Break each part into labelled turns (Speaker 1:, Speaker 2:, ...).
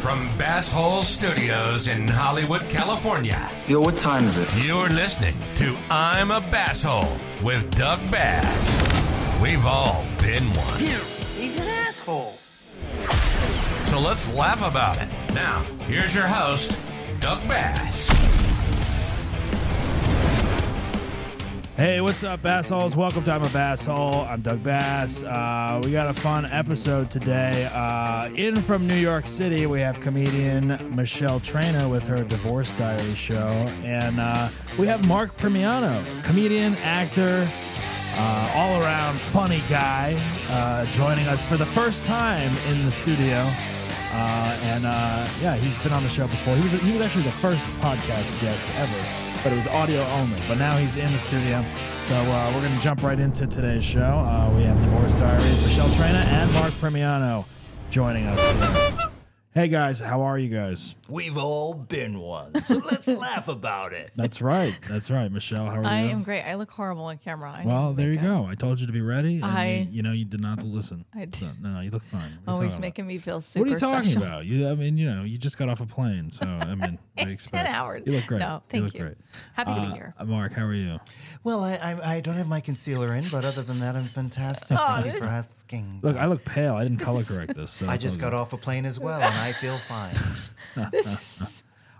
Speaker 1: From Bass Hole Studios in Hollywood, California,
Speaker 2: Yo, what time is it?
Speaker 1: you're listening to I'm a Bass Hole with Doug Bass. We've all been one,
Speaker 3: He's an asshole.
Speaker 1: so let's laugh about it. Now, here's your host, Doug Bass.
Speaker 4: Hey, what's up, Bassholes? Welcome to I'm a Basshole. I'm Doug Bass. Uh, we got a fun episode today. Uh, in from New York City, we have comedian Michelle Trainer with her Divorce Diary show. And uh, we have Mark Premiano, comedian, actor, uh, all around funny guy, uh, joining us for the first time in the studio. Uh, and uh, yeah, he's been on the show before. He was he was actually the first podcast guest ever, but it was audio only. But now he's in the studio, so uh, we're gonna jump right into today's show. Uh, we have Divorce Diaries, Michelle Traina, and Mark Premiano joining us. Here. Hey guys, how are you guys?
Speaker 5: We've all been one, so let's laugh about it.
Speaker 4: That's right, that's right, Michelle. How are
Speaker 6: I
Speaker 4: you?
Speaker 6: am great. I look horrible on camera. I need
Speaker 4: well, there you
Speaker 6: makeup.
Speaker 4: go. I told you to be ready. And
Speaker 6: uh, I-
Speaker 4: you, you know, you did not listen.
Speaker 6: I did.
Speaker 4: So, no, no, you look fine. What are you
Speaker 6: Always
Speaker 4: talking about?
Speaker 6: making me feel super
Speaker 4: What are you talking
Speaker 6: special.
Speaker 4: about? You, I mean, you know, you just got off a plane, so I mean, what do you expect?
Speaker 6: hours.
Speaker 4: You look great.
Speaker 6: No, thank
Speaker 4: look
Speaker 6: you.
Speaker 4: Great.
Speaker 6: Happy to be
Speaker 4: Uh,
Speaker 6: here.
Speaker 4: Mark, how are you?
Speaker 5: Well, I, I I don't have my concealer in, but other than that, I'm fantastic.
Speaker 6: Oh,
Speaker 5: Thank you
Speaker 6: this-
Speaker 5: for asking.
Speaker 4: Look, I look pale. I didn't color correct this. So
Speaker 5: I just got off a plane as well, and I feel fine.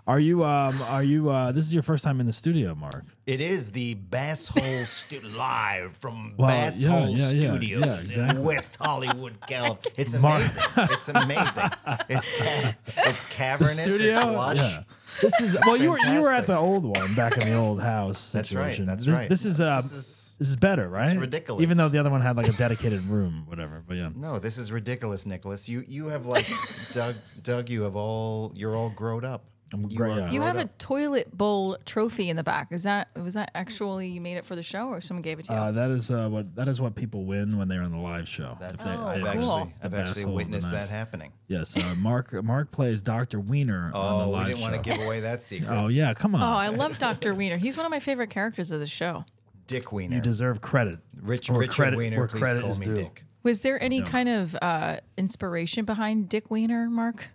Speaker 4: Are you? Um, are you? Uh, this is your first time in the studio, Mark.
Speaker 5: It is the Bass Hole stu- live from
Speaker 4: Well,
Speaker 5: Bass
Speaker 4: yeah,
Speaker 5: Hole
Speaker 4: yeah, yeah, yeah,
Speaker 5: Studios
Speaker 4: exactly.
Speaker 5: in West Hollywood, California. It's amazing. it's amazing. It's ca- it's cavernous. It's lush.
Speaker 4: Yeah. This is well. You were you were
Speaker 5: Fantastic.
Speaker 4: at the old one back in the old house
Speaker 5: That's right,
Speaker 4: situation.
Speaker 5: that's
Speaker 4: this,
Speaker 5: right.
Speaker 4: This is uh,
Speaker 5: This
Speaker 4: this
Speaker 5: is-
Speaker 4: is, better, right?
Speaker 5: ridiculous.
Speaker 4: Even though the other one had like a dedicated room, whatever. But yeah.
Speaker 5: No, this is ridiculous, Nicholas. You you have like Doug Doug. You have all you're all grown up. I'm
Speaker 4: grown up.
Speaker 6: You have
Speaker 5: up.
Speaker 6: a toilet bowl trophy in the back. Is that was that actually you made it for the show or someone gave it to you?
Speaker 4: Uh, that is uh, what that is what people win when they're on the live show.
Speaker 5: That's
Speaker 4: If they- I-
Speaker 5: I've
Speaker 6: Oh, cool.
Speaker 5: actually, I've actually
Speaker 4: The asshole of the
Speaker 5: witnessed
Speaker 4: night.
Speaker 5: that happening.
Speaker 4: Yes, uh, Mark. Mark plays Doctor Wiener on the
Speaker 5: Oh, we
Speaker 4: live
Speaker 5: didn't want to
Speaker 4: show.
Speaker 5: give away that secret.
Speaker 4: oh yeah, come on.
Speaker 6: oh, I love Dr. Wiener. He's one of my favorite characters of the show.
Speaker 5: Dick Wiener.
Speaker 4: you deserve credit.
Speaker 5: Rich,
Speaker 4: Or
Speaker 5: Richard
Speaker 4: credit-
Speaker 5: Wiener,
Speaker 4: where
Speaker 5: please
Speaker 4: credit
Speaker 5: call
Speaker 4: is
Speaker 5: me
Speaker 4: due.
Speaker 5: Dick.
Speaker 6: Was there any kind of uh, inspiration behind Dick Wiener, Mark?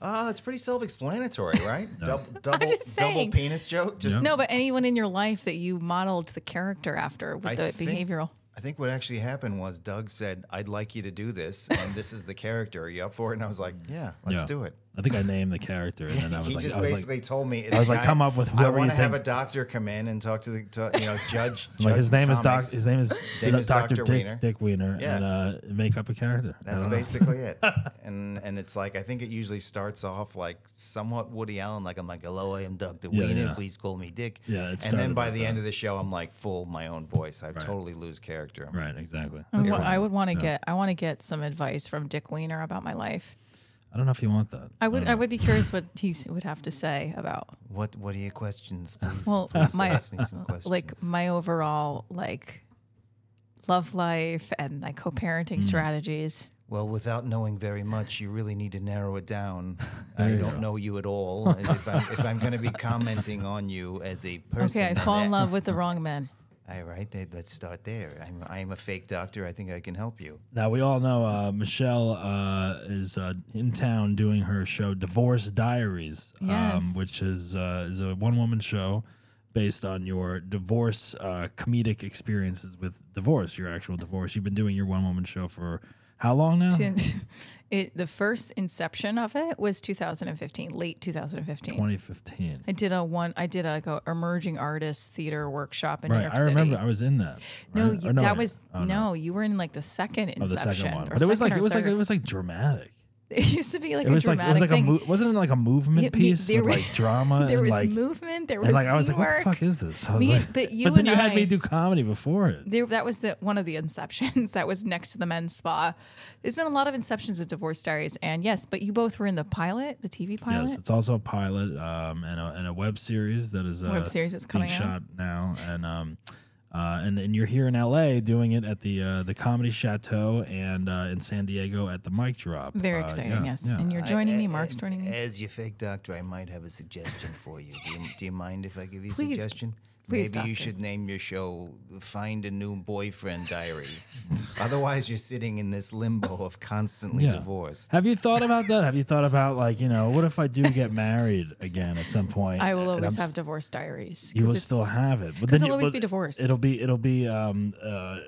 Speaker 5: Uh, it's pretty self-explanatory, right? Double, double,
Speaker 6: just
Speaker 5: double
Speaker 6: saying.
Speaker 5: penis joke. Just
Speaker 6: No, but anyone in your life that you modeled the character after with
Speaker 5: I
Speaker 6: the
Speaker 5: think-
Speaker 6: behavioral.
Speaker 5: I think what actually happened was Doug said, "I'd like you to do this, and this is the character. Are you up for it?" And I was like, "Yeah, let's
Speaker 4: Yeah.
Speaker 5: do it."
Speaker 4: I think I named the character, and then I was
Speaker 5: he
Speaker 4: like,
Speaker 5: just
Speaker 4: I was
Speaker 5: basically
Speaker 4: like,
Speaker 5: told me.
Speaker 4: I was like,
Speaker 5: "I-
Speaker 4: come up with
Speaker 5: I
Speaker 4: whoever you
Speaker 5: want to have a
Speaker 4: think."
Speaker 5: doctor come in and talk to the, to, you know, judge.
Speaker 4: I'm like, his
Speaker 5: judge
Speaker 4: name is Doc.
Speaker 5: comics."
Speaker 4: His name is,
Speaker 5: Name is
Speaker 4: Doctor
Speaker 5: Dr.
Speaker 4: Dick
Speaker 5: Wiener.
Speaker 4: Dick Wiener,
Speaker 5: Yeah.
Speaker 4: and uh, make up a character. I
Speaker 5: That's
Speaker 4: don't know.
Speaker 5: basically it. And and it's like I think it usually starts off like somewhat Woody Allen, like I'm like, hello, I am Dr.
Speaker 4: Yeah,
Speaker 5: Wiener,
Speaker 4: yeah.
Speaker 5: please call me Dick.
Speaker 4: Yeah, it
Speaker 5: and then
Speaker 4: started
Speaker 5: by
Speaker 4: like
Speaker 5: the
Speaker 4: that.
Speaker 5: end of the show, I'm like full of my own voice. I totally lose character. I'm
Speaker 4: Right, exactly.
Speaker 6: I
Speaker 4: That's
Speaker 6: wa-
Speaker 4: fine.
Speaker 6: I would want to get I want to get some advice from Dick Wiener about my life.
Speaker 4: I don't know if you want that.
Speaker 6: I would I would be curious what he s- would have to say about
Speaker 5: What what are your questions? Please,
Speaker 6: Well,
Speaker 5: please
Speaker 6: my-
Speaker 5: ask me some questions.
Speaker 6: like my overall like love life and like
Speaker 4: Mm.
Speaker 6: co-parenting strategies.
Speaker 5: well, without knowing very much, you really need to narrow it down. I
Speaker 4: you
Speaker 5: don't
Speaker 4: go.
Speaker 5: know you at all. And if I'm, if I'm going to be commenting on you as a person,
Speaker 6: Okay, I
Speaker 5: then
Speaker 6: fall in
Speaker 5: that-
Speaker 6: love with the wrong men.
Speaker 5: All right, then let's start there. I'm I'm a fake doctor. I think I can help you.
Speaker 4: Now we all know uh, Michelle uh, is uh, in town doing her show Divorce Diaries, um,
Speaker 6: Yes.
Speaker 4: which is uh, is a one woman show based on your divorce uh, comedic experiences with divorce, your actual divorce. You've been doing your one woman show for how long now?
Speaker 6: It the first inception of it was 2015, late 2015.
Speaker 4: 2015.
Speaker 6: I did a one I did like a emerging artist theater workshop in New
Speaker 4: Right,
Speaker 6: York
Speaker 4: I remember.
Speaker 6: City.
Speaker 4: I was in that.
Speaker 6: no,
Speaker 4: right?
Speaker 6: you,
Speaker 4: Or
Speaker 6: that
Speaker 4: wait.
Speaker 6: was
Speaker 4: Oh,
Speaker 6: no. you were in like the second
Speaker 4: Oh,
Speaker 6: inception.
Speaker 4: the second one.
Speaker 6: or
Speaker 4: But it was
Speaker 6: second
Speaker 4: like
Speaker 6: or
Speaker 4: it was like
Speaker 6: third.
Speaker 4: it was like dramatic.
Speaker 6: It used to be like
Speaker 4: It
Speaker 6: a
Speaker 4: was like it was
Speaker 6: dramatic
Speaker 4: like a
Speaker 6: thing.
Speaker 4: mo- wasn't it like a movement
Speaker 6: Yeah, me-
Speaker 4: piece
Speaker 6: there
Speaker 4: with
Speaker 6: was-
Speaker 4: like drama
Speaker 6: there
Speaker 4: and
Speaker 6: was
Speaker 4: like
Speaker 6: movement. There was
Speaker 4: and like I was like, what the
Speaker 6: teamwork.
Speaker 4: fuck is this? I was
Speaker 6: Me-
Speaker 4: like,
Speaker 6: but you
Speaker 4: then
Speaker 6: and
Speaker 4: you had me
Speaker 6: I-
Speaker 4: do comedy before it.
Speaker 6: There, that was the one of the inceptions that was next to the men's spa. There's been a lot of inceptions of divorce diaries, and yes, but you both were in the pilot, the TV pilot.
Speaker 4: Yes, it's also a pilot um, and, a, and a web series that is uh,
Speaker 6: Web series that's
Speaker 4: being
Speaker 6: coming out.
Speaker 4: shot now, and um, uh, and and you're here in L.A. doing it at the uh, the Comedy Chateau and uh, in San Diego at the Mic Drop.
Speaker 6: Very
Speaker 4: Uh,
Speaker 6: exciting,
Speaker 4: yeah,
Speaker 6: yes.
Speaker 4: yeah.
Speaker 6: And you're joining me, Mark's joining me.
Speaker 5: As your fake doctor, I might have a suggestion for you. Do you, do you mind if I give you a
Speaker 6: Please.
Speaker 5: suggestion?
Speaker 6: Please,
Speaker 5: Maybe
Speaker 6: doctor.
Speaker 5: you should name your show Find a New Boyfriend Diaries. Otherwise, you're sitting in this limbo of constantly
Speaker 4: Yeah.
Speaker 5: divorced.
Speaker 4: Have you thought about that? Have you thought about like you know what if I do get married again at some point?
Speaker 6: I will
Speaker 4: and
Speaker 6: always
Speaker 4: I'm
Speaker 6: have divorce diaries.
Speaker 4: you
Speaker 6: 'cause
Speaker 4: will
Speaker 6: it's-
Speaker 4: still have it, but
Speaker 6: 'cause
Speaker 4: then
Speaker 6: I'll
Speaker 4: you-
Speaker 6: always
Speaker 4: but
Speaker 6: be divorced.
Speaker 4: It'll be it'll be um uh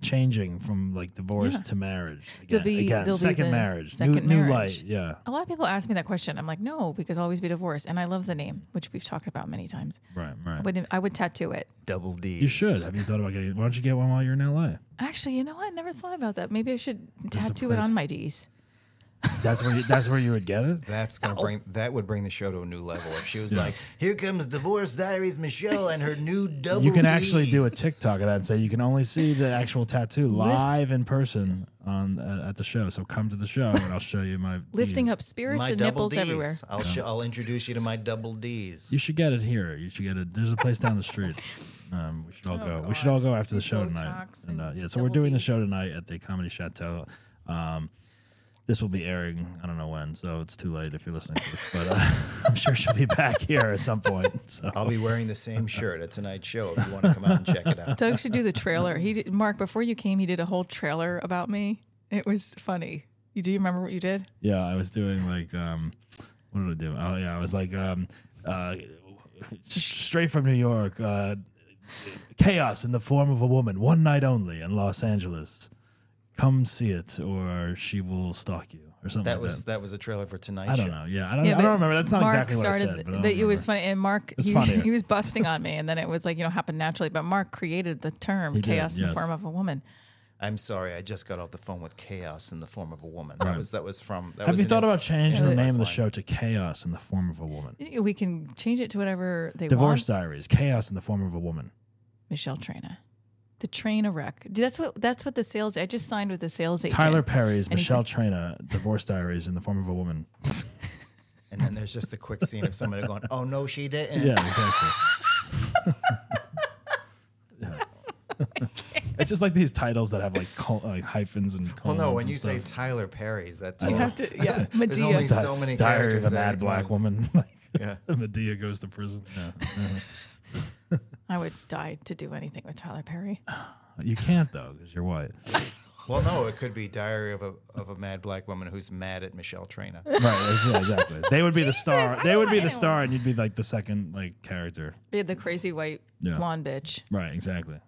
Speaker 4: changing from like divorce to marriage again.
Speaker 6: There'll be-
Speaker 4: again.
Speaker 6: there'll be
Speaker 4: second
Speaker 6: the
Speaker 4: marriage, new,
Speaker 6: second
Speaker 4: new
Speaker 6: marriage.
Speaker 4: light, yeah,
Speaker 6: A lot of people ask me that question. I'm like, no, because I'll always be divorced. And I love the name, which we've talked about many times.
Speaker 4: right,
Speaker 6: I
Speaker 4: right.
Speaker 6: would, I would tattoo it.
Speaker 5: Double D.
Speaker 4: You should. Have you thought about getting? Why don't you get one while you're in LA?
Speaker 6: Actually, you know what? I never thought about that. Maybe I should
Speaker 4: a
Speaker 6: tattoo it
Speaker 4: place-
Speaker 6: on my D's.
Speaker 4: That's where you, that's where you would get it.
Speaker 5: That's gonna bring that would bring the show to a new level. If she was like, "Here comes Divorce Diaries, Michelle and her new double."
Speaker 4: You can actually do a
Speaker 5: Ds."
Speaker 4: TikTok of that and say you can only see the actual tattoo live in person on uh, at the show. So come to the show and I'll show you my
Speaker 6: Lifting
Speaker 4: Ds.
Speaker 6: up spirits
Speaker 5: My
Speaker 6: and
Speaker 5: double
Speaker 6: nipples
Speaker 5: D's.
Speaker 6: everywhere.
Speaker 5: I'll sh- I'll introduce you to my double D's.
Speaker 4: You should get it here. You should get it. There's a place down the street. Um, we should all go. We should all go after the show tonight.
Speaker 6: Oh, Botox
Speaker 4: And, uh,
Speaker 6: and
Speaker 4: yeah, so we're
Speaker 6: double
Speaker 4: doing the
Speaker 6: Ds.
Speaker 4: show tonight at the Comedy Chateau. Um, this will be airing. I don't know when, so it's too late if you're listening to this. But uh, I'm sure she'll be back here at some point. So
Speaker 5: I'll be wearing the same shirt at tonight's show. If you want to come out and check it out.
Speaker 6: Doug should do the trailer. He did, Mark, before you came, he did a whole trailer about me. It was funny. You do you remember what you did?
Speaker 4: Yeah, I was doing like um, what did I do? Oh yeah, I was like um, uh, straight from New York. Uh, chaos in the form of a woman, one night only in Los Angeles. Come see it, or she will stalk you, or something.
Speaker 5: That
Speaker 4: like
Speaker 5: was
Speaker 4: that.
Speaker 5: that was a trailer for tonight's
Speaker 4: I
Speaker 5: show.
Speaker 4: don't know. Yeah, I don't. I
Speaker 6: but
Speaker 4: don't remember. That's not
Speaker 6: Mark
Speaker 4: exactly what I
Speaker 6: started,
Speaker 4: said. But, I don't
Speaker 6: but it was
Speaker 4: remember.
Speaker 6: funny. And Mark,
Speaker 4: It's
Speaker 6: he,
Speaker 4: funnier.
Speaker 6: he was busting on me, and then it was like you know happened naturally. But Mark created the term
Speaker 4: He did,
Speaker 6: chaos in
Speaker 4: yes.
Speaker 6: the form of a woman.
Speaker 5: I'm sorry. I just got off the phone with chaos in the form of a woman. That was that was from. That
Speaker 4: Have
Speaker 5: was
Speaker 4: you
Speaker 5: an
Speaker 4: thought
Speaker 5: in-
Speaker 4: about changing the
Speaker 5: Yeah.
Speaker 4: name of the
Speaker 5: Last line.
Speaker 4: show to Chaos in the Form of a Woman?
Speaker 6: We can change it to whatever they
Speaker 4: Divorce
Speaker 6: want.
Speaker 4: Diaries, Chaos in the Form of a Woman.
Speaker 6: Michelle Trina, the train a wreck. That's what that's what the sales. I just signed with the sales agent.
Speaker 4: Tyler Perry's
Speaker 6: And he's
Speaker 4: Michelle
Speaker 6: like-
Speaker 4: Trina, Divorce Diaries in the Form of a Woman.
Speaker 5: And then there's just a quick scene of somebody going, "Oh no, she didn't."
Speaker 4: Yeah, exactly. Yeah. it's just like these titles that have like, col- like hyphens and.
Speaker 5: Well, no.
Speaker 4: colons
Speaker 5: When
Speaker 4: and
Speaker 5: you say
Speaker 4: stuff.
Speaker 5: Tyler Perry's, that's
Speaker 6: You have to, yeah,
Speaker 5: There's only
Speaker 6: Medea.
Speaker 5: so many
Speaker 4: Diary of
Speaker 5: characters
Speaker 4: a
Speaker 5: that
Speaker 4: Mad
Speaker 5: are-
Speaker 4: Black Woman,
Speaker 5: Yeah.
Speaker 4: Medea goes to prison. Yeah.
Speaker 6: I would die to do anything with Tyler Perry.
Speaker 4: you can't though because you're white.
Speaker 5: Well, no, it could be Diary of a of a Mad Black Woman who's mad at Michelle Trina.
Speaker 4: Right. Yeah, exactly. They would be the star.
Speaker 6: I
Speaker 4: They
Speaker 6: don't
Speaker 4: would be
Speaker 6: want
Speaker 4: the star, and you'd be like the second like character.
Speaker 6: Be the crazy white
Speaker 4: Yeah.
Speaker 6: blonde bitch,
Speaker 4: Right. Exactly.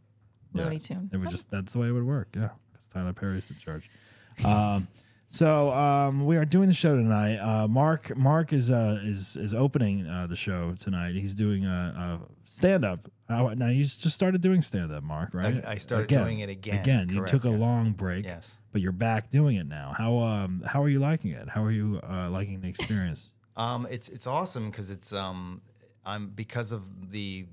Speaker 4: Yeah.
Speaker 6: Looney Tune.
Speaker 4: It would just that's the way it would work. Yeah, because Tyler Perry's in charge. Um, so um, we are doing the show tonight. Uh, Mark Mark is uh, is is opening uh, the show tonight. He's doing a, a stand up. Uh, now you just started doing stand up, Mark. Right?
Speaker 5: I started doing it again,
Speaker 4: Again, you
Speaker 5: correct,
Speaker 4: took a
Speaker 5: yeah.
Speaker 4: long break.
Speaker 5: Yes.
Speaker 4: But you're back doing it now. How um how are you liking it? How are you uh, liking the experience?
Speaker 5: Um, it's it's awesome because it's um, I'm because of the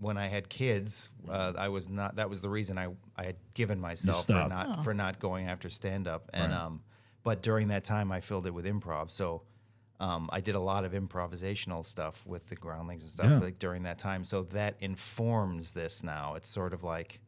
Speaker 5: when I had kids, uh, I was not that was the reason I I had given myself for
Speaker 4: stopped.
Speaker 5: not for not going after stand up and
Speaker 4: Right.
Speaker 5: um, but during that time I filled it with improv so. Um, I did a lot of improvisational stuff with the groundlings and stuff
Speaker 4: Yeah.
Speaker 5: like during that time. So that informs this now. It's sort of like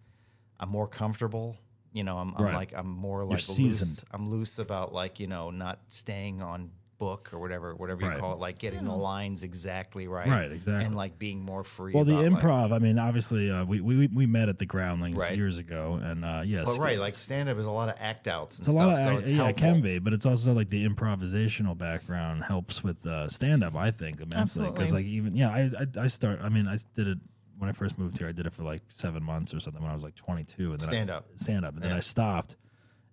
Speaker 5: I'm more comfortable. You know, I'm, I'm
Speaker 4: Right.
Speaker 5: like I'm more like loose.
Speaker 4: seasoned.
Speaker 5: I'm loose about like you know not staying on book or whatever whatever
Speaker 4: Right.
Speaker 5: you call it, like getting the lines exactly right,
Speaker 4: Right, exactly.
Speaker 5: and like being more free.
Speaker 4: Well, the
Speaker 5: about, like-
Speaker 4: improv. I mean, obviously, uh, we, we we met at the Groundlings
Speaker 5: Right.
Speaker 4: years ago, and uh, yes,
Speaker 5: but right, like stand up is a lot of act outs and
Speaker 4: it's a
Speaker 5: stuff.
Speaker 4: lot of
Speaker 5: so
Speaker 4: act-
Speaker 5: it's
Speaker 4: yeah, it
Speaker 5: helpful.
Speaker 4: can be, but it's also like the improvisational background helps with uh, stand up. I think immensely because
Speaker 6: Absolutely.
Speaker 4: like even yeah, I, I I start. I mean, I did it when I first moved here. I did it for like seven months or something when I was like twenty two, and then
Speaker 5: Stand up.
Speaker 4: stand up, and then I stopped,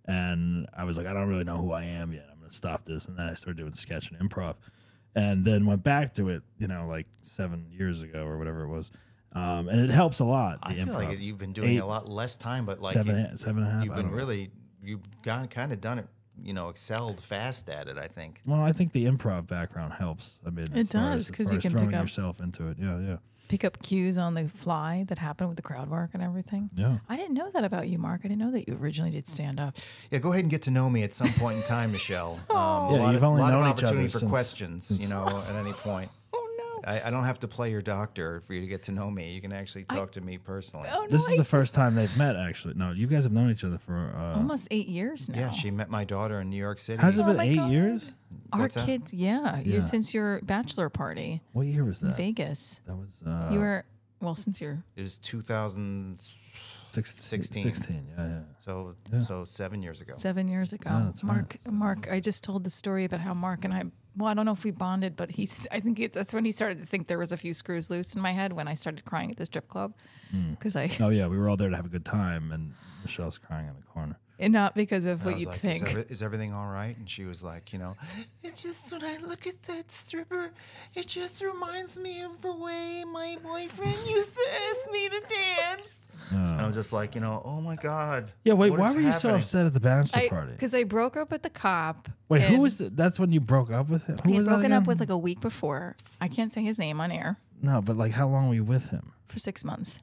Speaker 4: and I was like, I don't really know who I am yet. I'm gonna stop this, and then I started doing sketch and improv, and then went back to it. You know, like seven years ago or whatever it was. Um, and it helps a lot. The
Speaker 5: I feel
Speaker 4: improv.
Speaker 5: like you've been doing
Speaker 4: Eight,
Speaker 5: a lot less time, but like
Speaker 4: seven,
Speaker 5: you,
Speaker 4: a- seven and a half,
Speaker 5: you've
Speaker 4: I
Speaker 5: been
Speaker 4: don't know.
Speaker 5: really you've gone kind of done it. You know, excelled fast at it. I think.
Speaker 4: Well, I think the improv background helps. I mean,
Speaker 6: It
Speaker 4: as far
Speaker 6: does,
Speaker 4: as- as
Speaker 6: 'cause
Speaker 4: far
Speaker 6: you
Speaker 4: as
Speaker 6: can pick
Speaker 4: throwing
Speaker 6: up-
Speaker 4: yourself into it. Yeah, yeah,
Speaker 6: Pick up cues on the fly that happened with the crowd work and everything.
Speaker 4: yeah.
Speaker 6: I didn't know that about you, Mark. I didn't know that you originally did stand up.
Speaker 5: Yeah, go ahead and get to know me at some point in time, Michelle.
Speaker 6: Oh.
Speaker 5: Um, a
Speaker 4: Yeah,
Speaker 5: lot
Speaker 4: you've
Speaker 5: of,
Speaker 4: only
Speaker 5: lot
Speaker 4: known
Speaker 5: of
Speaker 4: each other
Speaker 5: opportunity for
Speaker 4: since-
Speaker 5: questions,
Speaker 4: since-
Speaker 5: you know, at any point.
Speaker 6: Oh no!
Speaker 5: I, I don't have to play your doctor for you to get to know me. You can actually talk to me personally.
Speaker 6: Oh no!
Speaker 4: This
Speaker 6: I-
Speaker 4: is the first time they've met, actually. No, you guys have known each other for. Uh,
Speaker 6: almost eight years now.
Speaker 5: Yeah, she met my daughter in New York City.
Speaker 4: has it been
Speaker 6: Oh my
Speaker 4: eight
Speaker 6: God.
Speaker 4: years?
Speaker 6: Our
Speaker 5: what's that?
Speaker 6: kids, yeah,
Speaker 4: Yeah.
Speaker 6: you since your bachelor party
Speaker 4: What year was
Speaker 6: in
Speaker 4: that?
Speaker 6: Vegas.
Speaker 4: That was. Uh,
Speaker 6: you were Well, since you're
Speaker 5: It was 2000,
Speaker 4: Sixteen.
Speaker 5: 16.
Speaker 4: Sixteen. Yeah, yeah.
Speaker 5: so so seven years ago.
Speaker 6: seven years ago,
Speaker 4: that's right.
Speaker 6: Mark, Mark, I just told the story about how Mark and I. Well, I don't know if we bonded, but he's. I think it, that's when he started to think there was a few screws loose in my head when I started crying at the strip club, because I
Speaker 4: Oh yeah, we were all there to have a good time, and Michelle's crying in the corner.
Speaker 6: and not because of
Speaker 5: I
Speaker 6: what
Speaker 5: was
Speaker 6: you'd
Speaker 5: like,
Speaker 6: think.
Speaker 5: Is, every- is everything all right? And she was like, you know, it's just when I look at that stripper, it just reminds me of the way my boyfriend used to ask me to dance. And I'm just like, you know, oh my god.
Speaker 4: Yeah, wait.
Speaker 5: what
Speaker 4: why
Speaker 5: is
Speaker 4: were you so
Speaker 5: happening?
Speaker 4: upset at the bachelor party?
Speaker 6: because I, broke up with the cop.
Speaker 4: Wait, who
Speaker 6: and
Speaker 4: was the, that's when you broke up with him? Who
Speaker 6: I had
Speaker 4: was that
Speaker 6: broken
Speaker 4: again?
Speaker 6: up with like a week before. I can't say his name on air
Speaker 4: No, but like how long were you with him?
Speaker 6: for six months.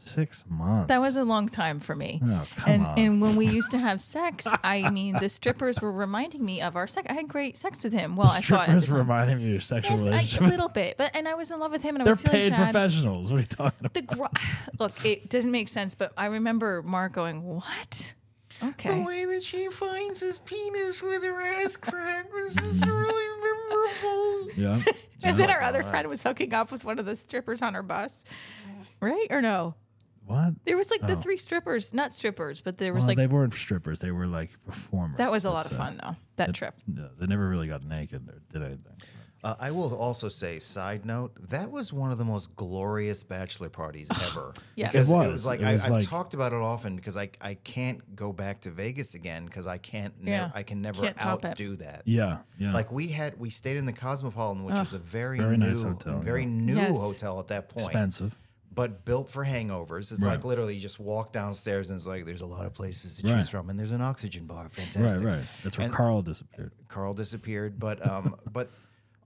Speaker 4: Six months.
Speaker 6: That was a long time for me.
Speaker 4: Oh, come
Speaker 6: and
Speaker 4: on.
Speaker 6: and when we used to have sex, I mean, the strippers were reminding me of our sex. I had great sex with him. Well, I thought at
Speaker 4: strippers
Speaker 6: the time.
Speaker 4: reminding me of your sexual
Speaker 6: yes,
Speaker 4: relationship.
Speaker 6: I, a little bit, but and I was in love with him, and I
Speaker 4: They're
Speaker 6: was feeling
Speaker 4: paid
Speaker 6: sad.
Speaker 4: professionals. What are you talking about?
Speaker 6: The gr- look, it didn't make sense, but I remember Mark going, "What? Okay."
Speaker 5: The way that she finds his penis with her ass crack was just really memorable.
Speaker 4: Yeah.
Speaker 6: And then our other friend was hooking up with one of the strippers on her bus, right or no?
Speaker 4: What?
Speaker 6: There was like the
Speaker 4: Oh.
Speaker 6: three strippers, not strippers, but there was
Speaker 4: Well,
Speaker 6: like
Speaker 4: they weren't strippers. They were like performers.
Speaker 6: that was a lot
Speaker 4: That's,
Speaker 6: of
Speaker 4: uh,
Speaker 6: fun though. That trip.
Speaker 4: Yeah, they never really got naked or did anything.
Speaker 5: Uh, I will also say, side note, that was one of the most glorious bachelor parties ever.
Speaker 6: Yes.
Speaker 5: Because
Speaker 4: It
Speaker 5: it
Speaker 4: was.
Speaker 5: was. like
Speaker 4: It
Speaker 5: I,
Speaker 4: was
Speaker 5: I've
Speaker 4: like-
Speaker 5: talked about it often because I, I can't go back to Vegas again because I can't ne-
Speaker 6: Yeah.
Speaker 5: I can never
Speaker 6: Can't top it.
Speaker 5: outdo that.
Speaker 4: Yeah. Yeah.
Speaker 5: Like we had we stayed in the Cosmopolitan, which was a very,
Speaker 4: Very
Speaker 5: new,
Speaker 4: nice hotel,
Speaker 5: very
Speaker 4: yeah.
Speaker 5: new
Speaker 6: Yes.
Speaker 5: hotel at that point,
Speaker 4: expensive.
Speaker 5: but built for hangovers. It's
Speaker 4: Right.
Speaker 5: like literally you just walk downstairs and it's like there's a lot of places to
Speaker 4: Right.
Speaker 5: choose from, and there's an oxygen bar,
Speaker 4: Right.
Speaker 5: fantastic.
Speaker 4: Right. That's where
Speaker 5: And-
Speaker 4: Carl disappeared.
Speaker 5: Carl disappeared, but um, but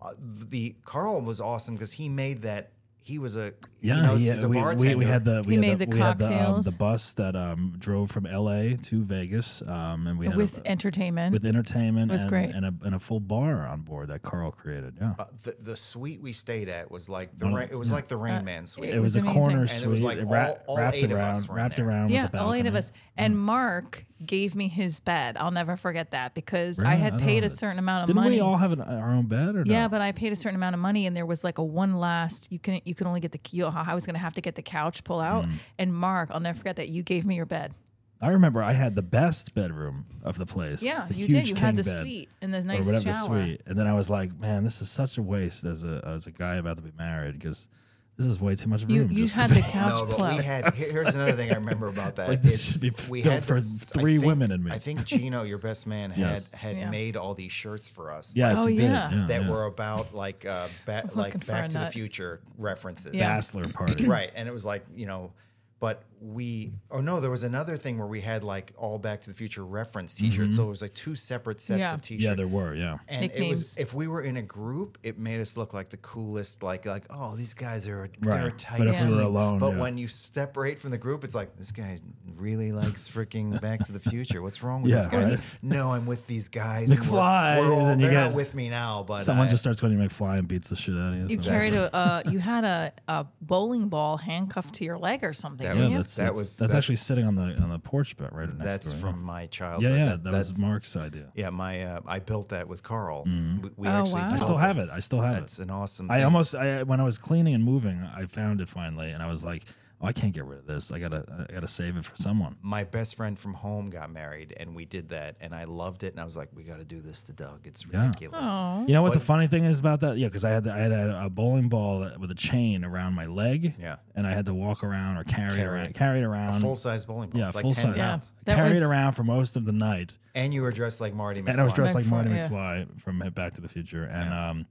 Speaker 5: uh, the Carl was awesome because he made that. He was a
Speaker 4: Yeah,
Speaker 5: He knows
Speaker 4: yeah,
Speaker 5: he's a
Speaker 4: we, we,
Speaker 5: bartender.
Speaker 4: we had the we,
Speaker 6: He
Speaker 4: had
Speaker 6: made
Speaker 4: the,
Speaker 6: the
Speaker 4: we had the, um,
Speaker 6: cocktails.
Speaker 4: the bus that um, drove from L.A. to Vegas, um, and we had
Speaker 6: with
Speaker 4: a,
Speaker 6: entertainment.
Speaker 4: with entertainment
Speaker 6: was
Speaker 4: and,
Speaker 6: great.
Speaker 4: and a and a full bar on board that Carl created. Yeah,
Speaker 5: Uh, the the suite we stayed at was like the rain, it was like the Rain Man suite.
Speaker 4: it,
Speaker 6: Uh, it
Speaker 4: was,
Speaker 6: was
Speaker 4: a
Speaker 6: amazing.
Speaker 4: corner
Speaker 6: And
Speaker 4: suite
Speaker 5: it was like
Speaker 4: wra-
Speaker 5: all- all
Speaker 4: wrapped
Speaker 5: eight of
Speaker 4: around,
Speaker 5: us were in
Speaker 4: wrapped
Speaker 5: there.
Speaker 4: around.
Speaker 6: yeah,
Speaker 4: with a
Speaker 6: all eight of
Speaker 4: balcony.
Speaker 6: us. And Mark gave me his bed. I'll never forget that because I
Speaker 4: Really?
Speaker 6: had
Speaker 4: I don't
Speaker 6: paid a
Speaker 4: know.
Speaker 6: certain amount of
Speaker 4: Didn't
Speaker 6: money.
Speaker 4: we all have an, our own bed? Or
Speaker 6: yeah,
Speaker 4: no?
Speaker 6: but I paid a certain amount of money, and there was like a one last. You can you can only get the you I was going to have to get the couch pull out.
Speaker 4: Mm.
Speaker 6: And Mark, I'll never forget that you gave me your bed.
Speaker 4: I remember I had the best bedroom of the place.
Speaker 6: Yeah,
Speaker 4: the
Speaker 6: you
Speaker 4: huge
Speaker 6: did. You had
Speaker 4: king
Speaker 6: the
Speaker 4: bed,
Speaker 6: suite and the
Speaker 4: or
Speaker 6: nice
Speaker 4: whatever
Speaker 6: shower.
Speaker 4: the suite, and then I was like, man, this is such a waste as a as a guy about to be married because this is way too much
Speaker 6: You
Speaker 4: room.
Speaker 6: you
Speaker 4: Mm, just for
Speaker 6: had
Speaker 4: me.
Speaker 6: the couch
Speaker 5: No, but
Speaker 6: pull out.
Speaker 5: we had. here- Here's another thing I remember about that.
Speaker 4: like this
Speaker 5: It-
Speaker 4: should be built for
Speaker 5: this- I
Speaker 4: three
Speaker 5: think-
Speaker 4: women and me.
Speaker 5: I think Gino, your best man, had
Speaker 4: Yes.
Speaker 5: had
Speaker 6: Yeah.
Speaker 5: made all these shirts for us.
Speaker 4: yes,
Speaker 6: Oh,
Speaker 4: you did.
Speaker 6: yeah.
Speaker 4: yeah,
Speaker 5: that
Speaker 4: yeah.
Speaker 5: were about like uh, ba- like
Speaker 6: looking for a
Speaker 5: Back to the
Speaker 6: nut.
Speaker 5: Future references.
Speaker 6: Yeah.
Speaker 4: bachelor party.
Speaker 5: right and it was like you know but we oh no there was another thing where we had like all back to the future reference t-shirts so it was like two separate sets
Speaker 6: Yeah.
Speaker 5: of t-shirts
Speaker 4: Mm-hmm. Yeah, there were. Yeah.
Speaker 5: and it
Speaker 6: Nicknames.
Speaker 5: was if we were in a group it made us look like the coolest like like oh these guys are they're a
Speaker 4: Right.
Speaker 5: tight
Speaker 4: But if we were
Speaker 5: team.
Speaker 4: alone,
Speaker 5: but
Speaker 4: yeah.
Speaker 5: when you separate from the group it's like this guy really likes freaking back to the future what's wrong with
Speaker 4: Yeah,
Speaker 5: this guy
Speaker 4: right.
Speaker 5: no i'm with these guys
Speaker 4: McFly,
Speaker 5: and we're, we're all,
Speaker 4: then you
Speaker 5: they're not
Speaker 4: get-
Speaker 5: with me now but
Speaker 4: Someone
Speaker 5: I-
Speaker 4: just starts going to McFly and beats the shit out of you.
Speaker 6: You
Speaker 4: So-
Speaker 6: carried a uh, you had a, a bowling ball handcuffed to your leg or something.
Speaker 5: That
Speaker 6: didn't
Speaker 4: Yeah,
Speaker 5: was-
Speaker 6: you?
Speaker 4: that's,
Speaker 5: That
Speaker 4: that's,
Speaker 5: was-
Speaker 4: that's actually
Speaker 5: that's-
Speaker 4: sitting on the on the porch, but right next
Speaker 5: that's
Speaker 4: to it.
Speaker 5: from my childhood
Speaker 4: Yeah, yeah, that,
Speaker 5: that's-
Speaker 4: was Mark's idea.
Speaker 5: Yeah, my uh, I built that with Carl. We, we actually
Speaker 6: Oh, wow.
Speaker 5: built
Speaker 4: Mm-hmm. I still have
Speaker 5: it.
Speaker 4: it. I still have
Speaker 5: That's
Speaker 4: it.
Speaker 5: an awesome.
Speaker 4: I
Speaker 5: thing.
Speaker 4: almost I when I was cleaning and moving, I found it finally, and I was like, oh, I can't get rid of this. I gotta I gotta save it for someone.
Speaker 5: my best friend from home got married, and we did that, and I loved it, and I was like, we got to do this to Doug. It's ridiculous.
Speaker 6: Aw.
Speaker 4: You know what the funny thing is about that? Yeah, because I had the, I had a a bowling ball that- with a chain around my leg.
Speaker 5: Yeah.
Speaker 4: and I had to walk around or carry,
Speaker 5: Carry
Speaker 4: around,
Speaker 5: it.
Speaker 4: carry it around.
Speaker 5: A full size bowling ball.
Speaker 4: yeah,
Speaker 5: it's like
Speaker 4: full
Speaker 5: ten
Speaker 4: size.
Speaker 6: Yeah.
Speaker 5: pounds,
Speaker 6: That
Speaker 4: carried
Speaker 6: was-
Speaker 4: it around for most of the night.
Speaker 5: and you were dressed like Marty McFly.
Speaker 4: and I was dressed like
Speaker 6: McFly,
Speaker 4: Marty
Speaker 6: yeah.
Speaker 4: McFly from Back to the Future, and um,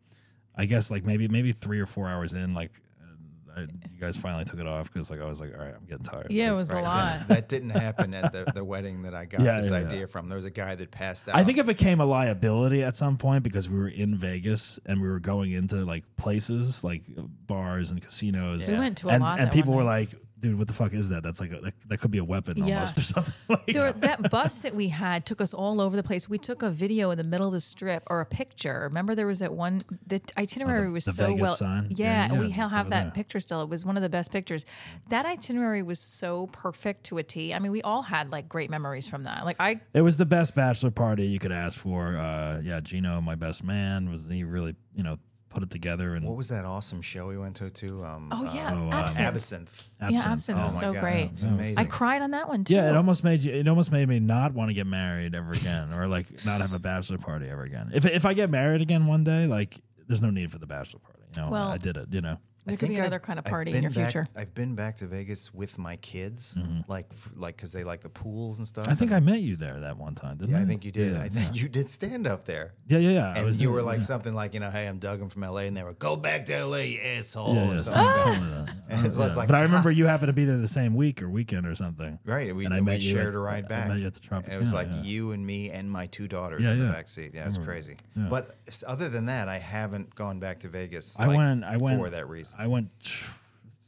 Speaker 4: I guess like maybe maybe three or four hours in, like uh, I, you guys finally took it off because like I was like, all right, I'm getting tired.
Speaker 6: Yeah, it
Speaker 4: Like,
Speaker 6: was a
Speaker 5: Right,
Speaker 6: lot.
Speaker 5: that- That didn't happen at the, the wedding that I got
Speaker 4: Yeah,
Speaker 5: this
Speaker 4: yeah, yeah.
Speaker 5: idea from. There was a guy that passed out.
Speaker 4: I think it became a liability at some point because we were in Vegas and we were going into like places like bars and casinos.
Speaker 6: We went to a
Speaker 4: and,
Speaker 6: lot
Speaker 4: and
Speaker 6: that
Speaker 4: people
Speaker 6: one
Speaker 4: were
Speaker 6: night.
Speaker 4: like, "Dude, what the fuck is that? That's like a, that, that could be a weapon
Speaker 6: Yeah.
Speaker 4: almost or something." Like,
Speaker 6: There, that bus that we had took us all over the place. We took a video in the middle of the strip or a picture. Remember, there was that one. The itinerary was
Speaker 4: Oh, the
Speaker 6: so
Speaker 4: Vegas
Speaker 6: well.
Speaker 4: sign?
Speaker 6: Yeah,
Speaker 4: Yeah,
Speaker 6: and
Speaker 4: yeah,
Speaker 6: we ha-
Speaker 4: it's
Speaker 6: have
Speaker 4: over
Speaker 6: that
Speaker 4: there.
Speaker 6: picture still. It was one of the best pictures. That itinerary was so perfect to a T. I mean, we all had like great memories from that. Like I,
Speaker 4: It was the best bachelor party you could ask for. Uh, yeah, Gino, my best man, was he really you know put it together and
Speaker 5: What was that awesome show we went to too? Um,
Speaker 6: Oh, yeah,
Speaker 4: Oh, uh,
Speaker 6: absinthe.
Speaker 5: Absinthe.
Speaker 6: Yeah, absinthe
Speaker 5: Oh
Speaker 6: was
Speaker 5: my
Speaker 6: so
Speaker 5: God,
Speaker 6: great.
Speaker 5: It was amazing.
Speaker 6: I cried on that one too.
Speaker 4: Yeah, it almost made you. It almost made me not want to get married ever again, or like not have a bachelor party ever again. If if I get married again one day, like there's no need for the bachelor party. You know,
Speaker 6: Well-
Speaker 4: I did it. You know,
Speaker 6: there could be
Speaker 5: think
Speaker 6: another
Speaker 5: I've-
Speaker 6: kind of
Speaker 5: I've
Speaker 6: party in your
Speaker 5: been back-
Speaker 6: future.
Speaker 5: I've been back to Vegas with my kids, like f- like because they like the pools and stuff.
Speaker 4: Mm-hmm. I think I met you there that one time, didn't
Speaker 5: yeah,
Speaker 4: I?
Speaker 5: I think you did.
Speaker 4: Yeah,
Speaker 5: I think you did stand up there.
Speaker 4: yeah, yeah. yeah. I
Speaker 5: And
Speaker 4: was
Speaker 5: you
Speaker 4: there,
Speaker 5: were like
Speaker 4: yeah.
Speaker 5: something like, you know, hey, I'm Doug. I'm from LA, and they were go back to LA, you asshole.
Speaker 4: Yeah,
Speaker 5: "Oh," or
Speaker 4: yeah,
Speaker 5: something.
Speaker 4: something, something like that.
Speaker 5: And it's
Speaker 4: Yeah.
Speaker 5: like, "Ah."
Speaker 4: but I remember you happened to be there the same week or weekend or something.
Speaker 5: Right, we,
Speaker 4: And I
Speaker 5: we
Speaker 4: met you
Speaker 5: shared
Speaker 4: at-
Speaker 5: a ride
Speaker 4: I
Speaker 5: back.
Speaker 4: met you at the Tropicana,
Speaker 5: It was like
Speaker 4: yeah.
Speaker 5: you and me and my two daughters
Speaker 4: Yeah,
Speaker 5: in
Speaker 4: yeah.
Speaker 5: the back seat. Yeah, it was crazy.
Speaker 4: Yeah.
Speaker 5: But s- other than that, I haven't gone back to Vegas.
Speaker 4: I
Speaker 5: like,
Speaker 4: went. I went
Speaker 5: for that reason.
Speaker 4: I went th-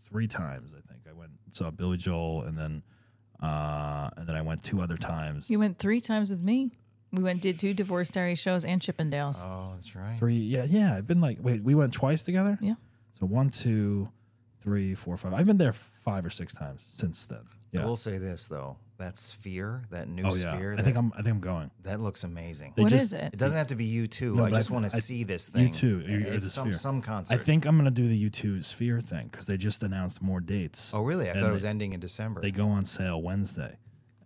Speaker 4: three times. I think I went saw Billy Joel, and then uh, and then I went two other times.
Speaker 6: You went three times with me. We went did two divorce diary shows and Chippendales.
Speaker 5: oh, that's right.
Speaker 4: three. Yeah, yeah. I've been like, wait, we went twice together.
Speaker 6: Yeah.
Speaker 4: So one, two, three, four, five. I've been there five or six times since then.
Speaker 5: I
Speaker 4: Yeah.
Speaker 5: will say this though: that sphere, that new
Speaker 4: oh yeah.
Speaker 5: sphere,
Speaker 4: I
Speaker 5: that,
Speaker 4: think I'm. I think I'm going.
Speaker 5: that looks amazing.
Speaker 4: They
Speaker 6: What
Speaker 4: just-
Speaker 6: is
Speaker 5: It
Speaker 6: it?
Speaker 5: doesn't have to be you too.
Speaker 4: No,
Speaker 5: I
Speaker 4: but I
Speaker 5: just
Speaker 4: th-
Speaker 5: want to
Speaker 4: I-
Speaker 5: see this thing.
Speaker 4: you too,
Speaker 5: It-
Speaker 4: you- or
Speaker 5: It's
Speaker 4: the
Speaker 5: some
Speaker 4: Sphere.
Speaker 5: some concert.
Speaker 4: I think I'm gonna do the U2 Sphere thing because they just announced more dates.
Speaker 5: Oh really? I
Speaker 4: And
Speaker 5: thought it was
Speaker 4: they-
Speaker 5: ending in December.
Speaker 4: They go on sale Wednesday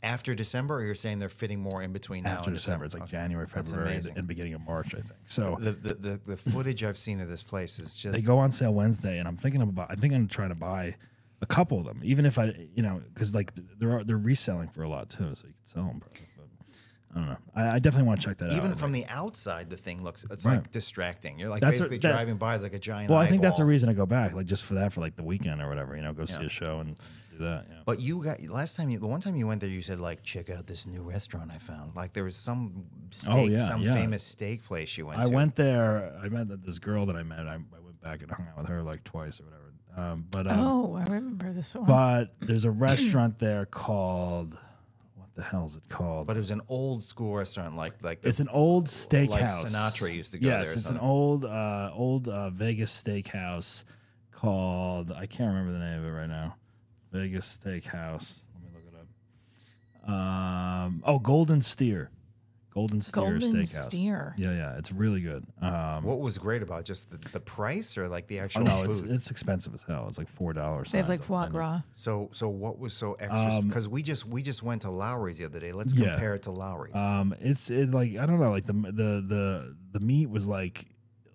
Speaker 5: After December, or you're saying they're fitting more in between now
Speaker 4: after
Speaker 5: and
Speaker 4: December. It's like January, February, and-
Speaker 5: amazing.
Speaker 4: and beginning of March, I think. So
Speaker 5: The, the, the, the footage I've seen of this place is just
Speaker 4: they go on sale Wednesday, and I'm thinking about. I think I'm trying to buy a couple of them, even if I, you know, because like th- they're they're reselling for a lot too, so you can sell them. Probably, but I don't know. I, I definitely want to check that out.
Speaker 5: even
Speaker 4: I'm
Speaker 5: from the outside, the thing looks it's
Speaker 4: Right.
Speaker 5: like distracting. You're like
Speaker 4: That's a-
Speaker 5: basically
Speaker 4: that-
Speaker 5: driving by like a giant.
Speaker 4: Well, I think that's a
Speaker 5: eyeball.
Speaker 4: reason to go back, like just for that, for like the weekend or whatever. You know, go see a show and do that. Yeah.
Speaker 5: But you got last time you the one time you went there, you said like check out this new restaurant I found. Like there was some steak,
Speaker 4: Oh, yeah,
Speaker 5: some
Speaker 4: yeah.
Speaker 5: famous steak place you went
Speaker 4: I
Speaker 5: to.
Speaker 4: went there. I met that this girl that I met. I, I went back and hung out with her like twice or whatever. Um, but um,
Speaker 6: Oh, I remember this one.
Speaker 4: but there's a restaurant there called what the hell is it called?
Speaker 5: but it was an old school restaurant, like like the,
Speaker 4: It's an old steakhouse.
Speaker 5: Sinatra used to go
Speaker 4: Yes,
Speaker 5: there or
Speaker 4: it's an
Speaker 5: something.
Speaker 4: old, uh, old uh, Vegas steakhouse called. I can't remember the name of it right now. Vegas Steakhouse. Let me look it up. Um, oh, Golden Steer. Golden Steer
Speaker 6: Golden
Speaker 4: Steakhouse.
Speaker 6: Steer.
Speaker 4: Yeah, yeah, it's really good. Um,
Speaker 5: what was great about it? just the, the price or like the
Speaker 4: oh,
Speaker 5: actual
Speaker 4: no, it's,
Speaker 5: food?
Speaker 4: it's expensive as hell. It's like four dollars.
Speaker 6: they have like foie gras.
Speaker 5: so so what was so extra? Because we just we just went to Lowry's the other day. Let's
Speaker 4: Um, Yeah.
Speaker 5: compare it to Lowry's.
Speaker 4: Um, it's it like I don't know, like the the the the meat was like